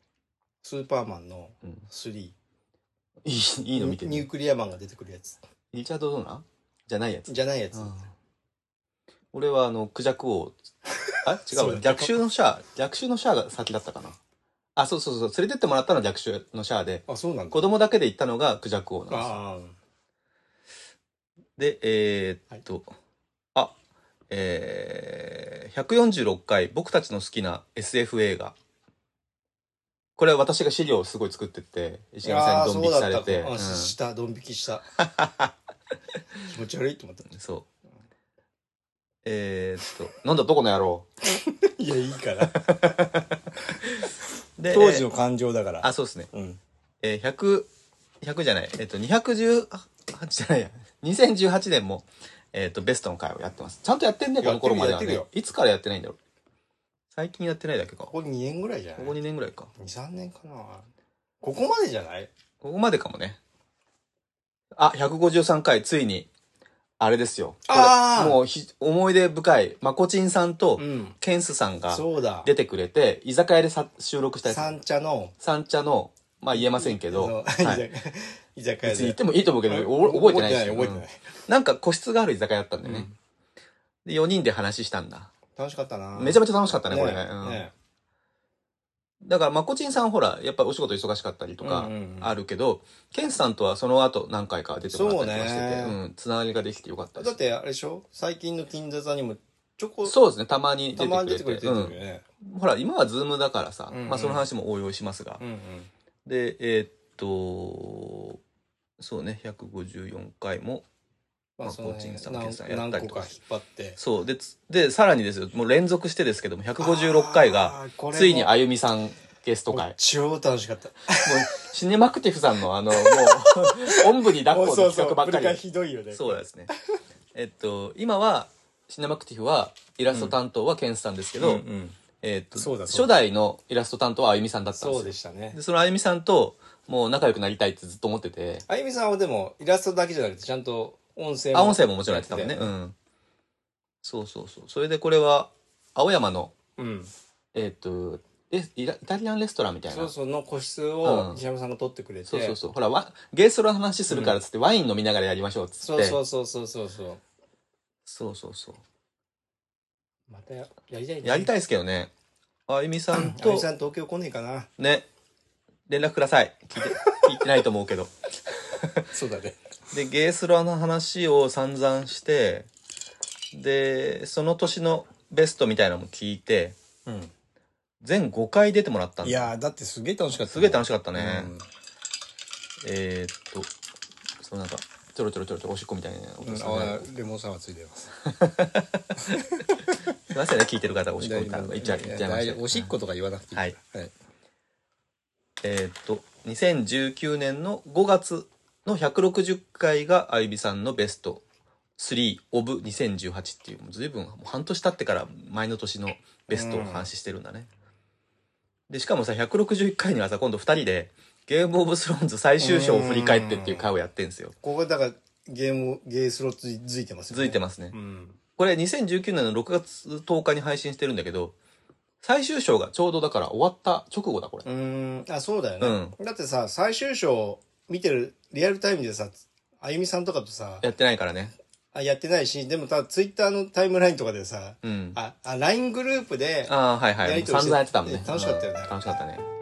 Speaker 2: スーパーマンの
Speaker 1: うん。
Speaker 2: 3
Speaker 1: いい、いいの見て
Speaker 2: ニュ
Speaker 1: る
Speaker 2: ー。クリアマンが出てくるやつ
Speaker 1: リチャード・ドナーじゃないやつ。
Speaker 2: じゃないやつ、
Speaker 1: うん俺はあの、クジャク王。あれ違
Speaker 2: そううだ
Speaker 1: わ逆襲のシャア。逆襲のシャアが先だったかな。あ、そうそうそう。連れてってもらったのは逆襲のシャアで、
Speaker 2: あそうなんだ
Speaker 1: 子供だけで行ったのがクジャク王なんですよ。
Speaker 2: あ
Speaker 1: で、えーっと、あ、えー、146回、僕たちの好きな SF 映画。これは私が資料をすごい作ってって、石
Speaker 2: あい
Speaker 1: 上さ
Speaker 2: や
Speaker 1: ん
Speaker 2: ー
Speaker 1: にドン
Speaker 2: そ
Speaker 1: 引
Speaker 2: う
Speaker 1: き
Speaker 2: だ
Speaker 1: され、
Speaker 2: ってた
Speaker 1: う
Speaker 2: かあ
Speaker 1: ん
Speaker 2: したドン引きした気持ち悪いと思った
Speaker 1: そう。えーっと、なんだ、どこの野郎。
Speaker 2: いやいいから
Speaker 1: で
Speaker 2: 当時の感情だから
Speaker 1: あ、そうですね。
Speaker 2: うん
Speaker 1: えー、100、100じゃない、えーっと、218じゃないや、2018年も、えーっと、ベストの回をやってます。ちゃんとやってんね、この頃までは
Speaker 2: やってる
Speaker 1: ね
Speaker 2: よ。
Speaker 1: いつからやってないんだろう。最近やってないだけか。こ
Speaker 2: ここ2年ぐらいじゃ
Speaker 1: こ
Speaker 2: ない
Speaker 1: 2年ぐらいか。
Speaker 2: 23年かなここまでじゃない
Speaker 1: ここまでかもね。あ、153回、ついに、あれですよ。これ
Speaker 2: あー
Speaker 1: もうひ、思い出深い、まこちんさんと、
Speaker 2: ん
Speaker 1: ケンスさんが
Speaker 2: そうだ
Speaker 1: 出てくれて、居酒屋でさ収録したやつ。
Speaker 2: 三茶の
Speaker 1: 三茶の、まあ言えませんけ
Speaker 2: あ
Speaker 1: ど、
Speaker 2: の
Speaker 1: はい、
Speaker 2: 居酒屋
Speaker 1: 別に言
Speaker 2: で
Speaker 1: ってもいいと思うけど、お覚えてないし、
Speaker 2: 覚えてない覚えてない
Speaker 1: うんなんか個室がある居酒屋だったんだよ
Speaker 2: う
Speaker 1: ね
Speaker 2: ん。
Speaker 1: で、4人で話したんだ。
Speaker 2: 楽しかったな
Speaker 1: めちゃ
Speaker 2: めち
Speaker 1: めちゃ楽しかった
Speaker 2: ゃ
Speaker 1: ね、これね。うんだから、まこちんさんほら、やっぱりお仕事忙しかったりとか
Speaker 2: うんうんうん、
Speaker 1: あるけど、ケンスさんとはその後何回か出てもらったりとかしてて、
Speaker 2: そう
Speaker 1: う
Speaker 2: ね
Speaker 1: ん、つながりができてよかったで
Speaker 2: だっ
Speaker 1: す。
Speaker 2: てあれでしょ最近の金座さんにもちょこ
Speaker 1: そうですね、たまに
Speaker 2: た
Speaker 1: 出
Speaker 2: まに出
Speaker 1: て
Speaker 2: て
Speaker 1: く
Speaker 2: く
Speaker 1: れ
Speaker 2: れ
Speaker 1: て。
Speaker 2: て
Speaker 1: う
Speaker 2: るよ
Speaker 1: ん
Speaker 2: ね
Speaker 1: ほら、今はズームだからさ
Speaker 2: うんう、ん
Speaker 1: まあその話も応用しますが
Speaker 2: う。んうん
Speaker 1: で、えーっと、そうね、154回も
Speaker 2: まあその辺
Speaker 1: まあコーチンさんも決算や
Speaker 2: 何
Speaker 1: ったり
Speaker 2: 何個
Speaker 1: とか
Speaker 2: か引っ張って
Speaker 1: そう。で、つで、さらにですよ、もう連続してですけども、156回が、ついにあ
Speaker 2: い
Speaker 1: ゆみさんゲスト会。もう、
Speaker 2: 超楽しかった
Speaker 1: シネマクティフさんのあの、もう、 おんぶに抱っこの企画ばっか
Speaker 2: これが
Speaker 1: り。
Speaker 2: ひどいよね
Speaker 1: そうですね。えっと、今は、シネマクティフは、イラスト担当はケンスさんですけど、
Speaker 2: うんうん
Speaker 1: えっと、
Speaker 2: そうだそうだ
Speaker 1: 初代のイラスト担当はあゆみさんだったんです
Speaker 2: そ
Speaker 1: よ
Speaker 2: うでしたね
Speaker 1: でそのあゆみさんと、もう仲良くなりたいってずっと思ってて、
Speaker 2: あゆみさんはでもイラストだけじゃなくてちゃんと音声
Speaker 1: あ、音声ももちろんやってたもんね。
Speaker 2: や
Speaker 1: う
Speaker 2: って
Speaker 1: ん。そうそうそう。それでこれは、青山の、
Speaker 2: うん
Speaker 1: えっと、えイライタリアンレストランみたいな
Speaker 2: そうそうの個室
Speaker 1: う
Speaker 2: を
Speaker 1: ん
Speaker 2: 西山さんが取ってくれて
Speaker 1: そうそうそう。ほら、わゲストの話するからっつって、ワイン飲みながらやりましょうっつって。
Speaker 2: そうそうそうそうそうそう
Speaker 1: そうそうそう
Speaker 2: またややりたいね
Speaker 1: やりたいですけどね。あゆみさん
Speaker 2: あゆ
Speaker 1: と
Speaker 2: み、さん東京来ねえかな
Speaker 1: ね、連絡ください。聞いて、聞いてないと思うけど。
Speaker 2: そうだね
Speaker 1: でゲースラの話を散々してでその年のベストみたいなのも聞いて
Speaker 2: うん。
Speaker 1: 全5回出てもらったん
Speaker 2: い
Speaker 1: だ
Speaker 2: やー、だってすげえ楽しかった。
Speaker 1: すげえ楽
Speaker 2: し
Speaker 1: しかった
Speaker 2: か
Speaker 1: ね、えー、っとそうなんかちょろちょろちょろちょろおしっこみたいな音するね
Speaker 2: レモンサワーついてます。
Speaker 1: すいませんね聞いてる方おしっこみたいなの言っちゃい言っちゃいま
Speaker 2: 大
Speaker 1: し
Speaker 2: 丈
Speaker 1: た
Speaker 2: 夫おしっことか言わなくていいから。はい。
Speaker 1: えーっと2019年の5月の160回があゆびさんのベスト3オブ2018っていうもう随分もう半年経ってから前の年のベストを話してるんだね、でしかもさ161回にはさ今度2人でゲームオブスローンズ最終章を振り返ってっていう回をやってんですよ
Speaker 2: ここがだから、ゲーム、ゲースロついついてますよね。
Speaker 1: 続いてますね
Speaker 2: うん。
Speaker 1: これ2019年の6月10日に配信してるんだけど最終章がちょうどだから終わった直後だこれ
Speaker 2: うーん。あ、そうだよね。だってさ、最終章見てる、リアルタイムでさ、あゆみさんとかとさ、
Speaker 1: やってないからね
Speaker 2: あやってないし、でもただツイッターのタイムラインとかでさ、
Speaker 1: うん
Speaker 2: あ、あ、LINE グループで、
Speaker 1: ああはいは
Speaker 2: や
Speaker 1: い
Speaker 2: り
Speaker 1: もう散
Speaker 2: 取りして
Speaker 1: 々やってたもんね
Speaker 2: 楽しかったよね
Speaker 1: うん楽しかったね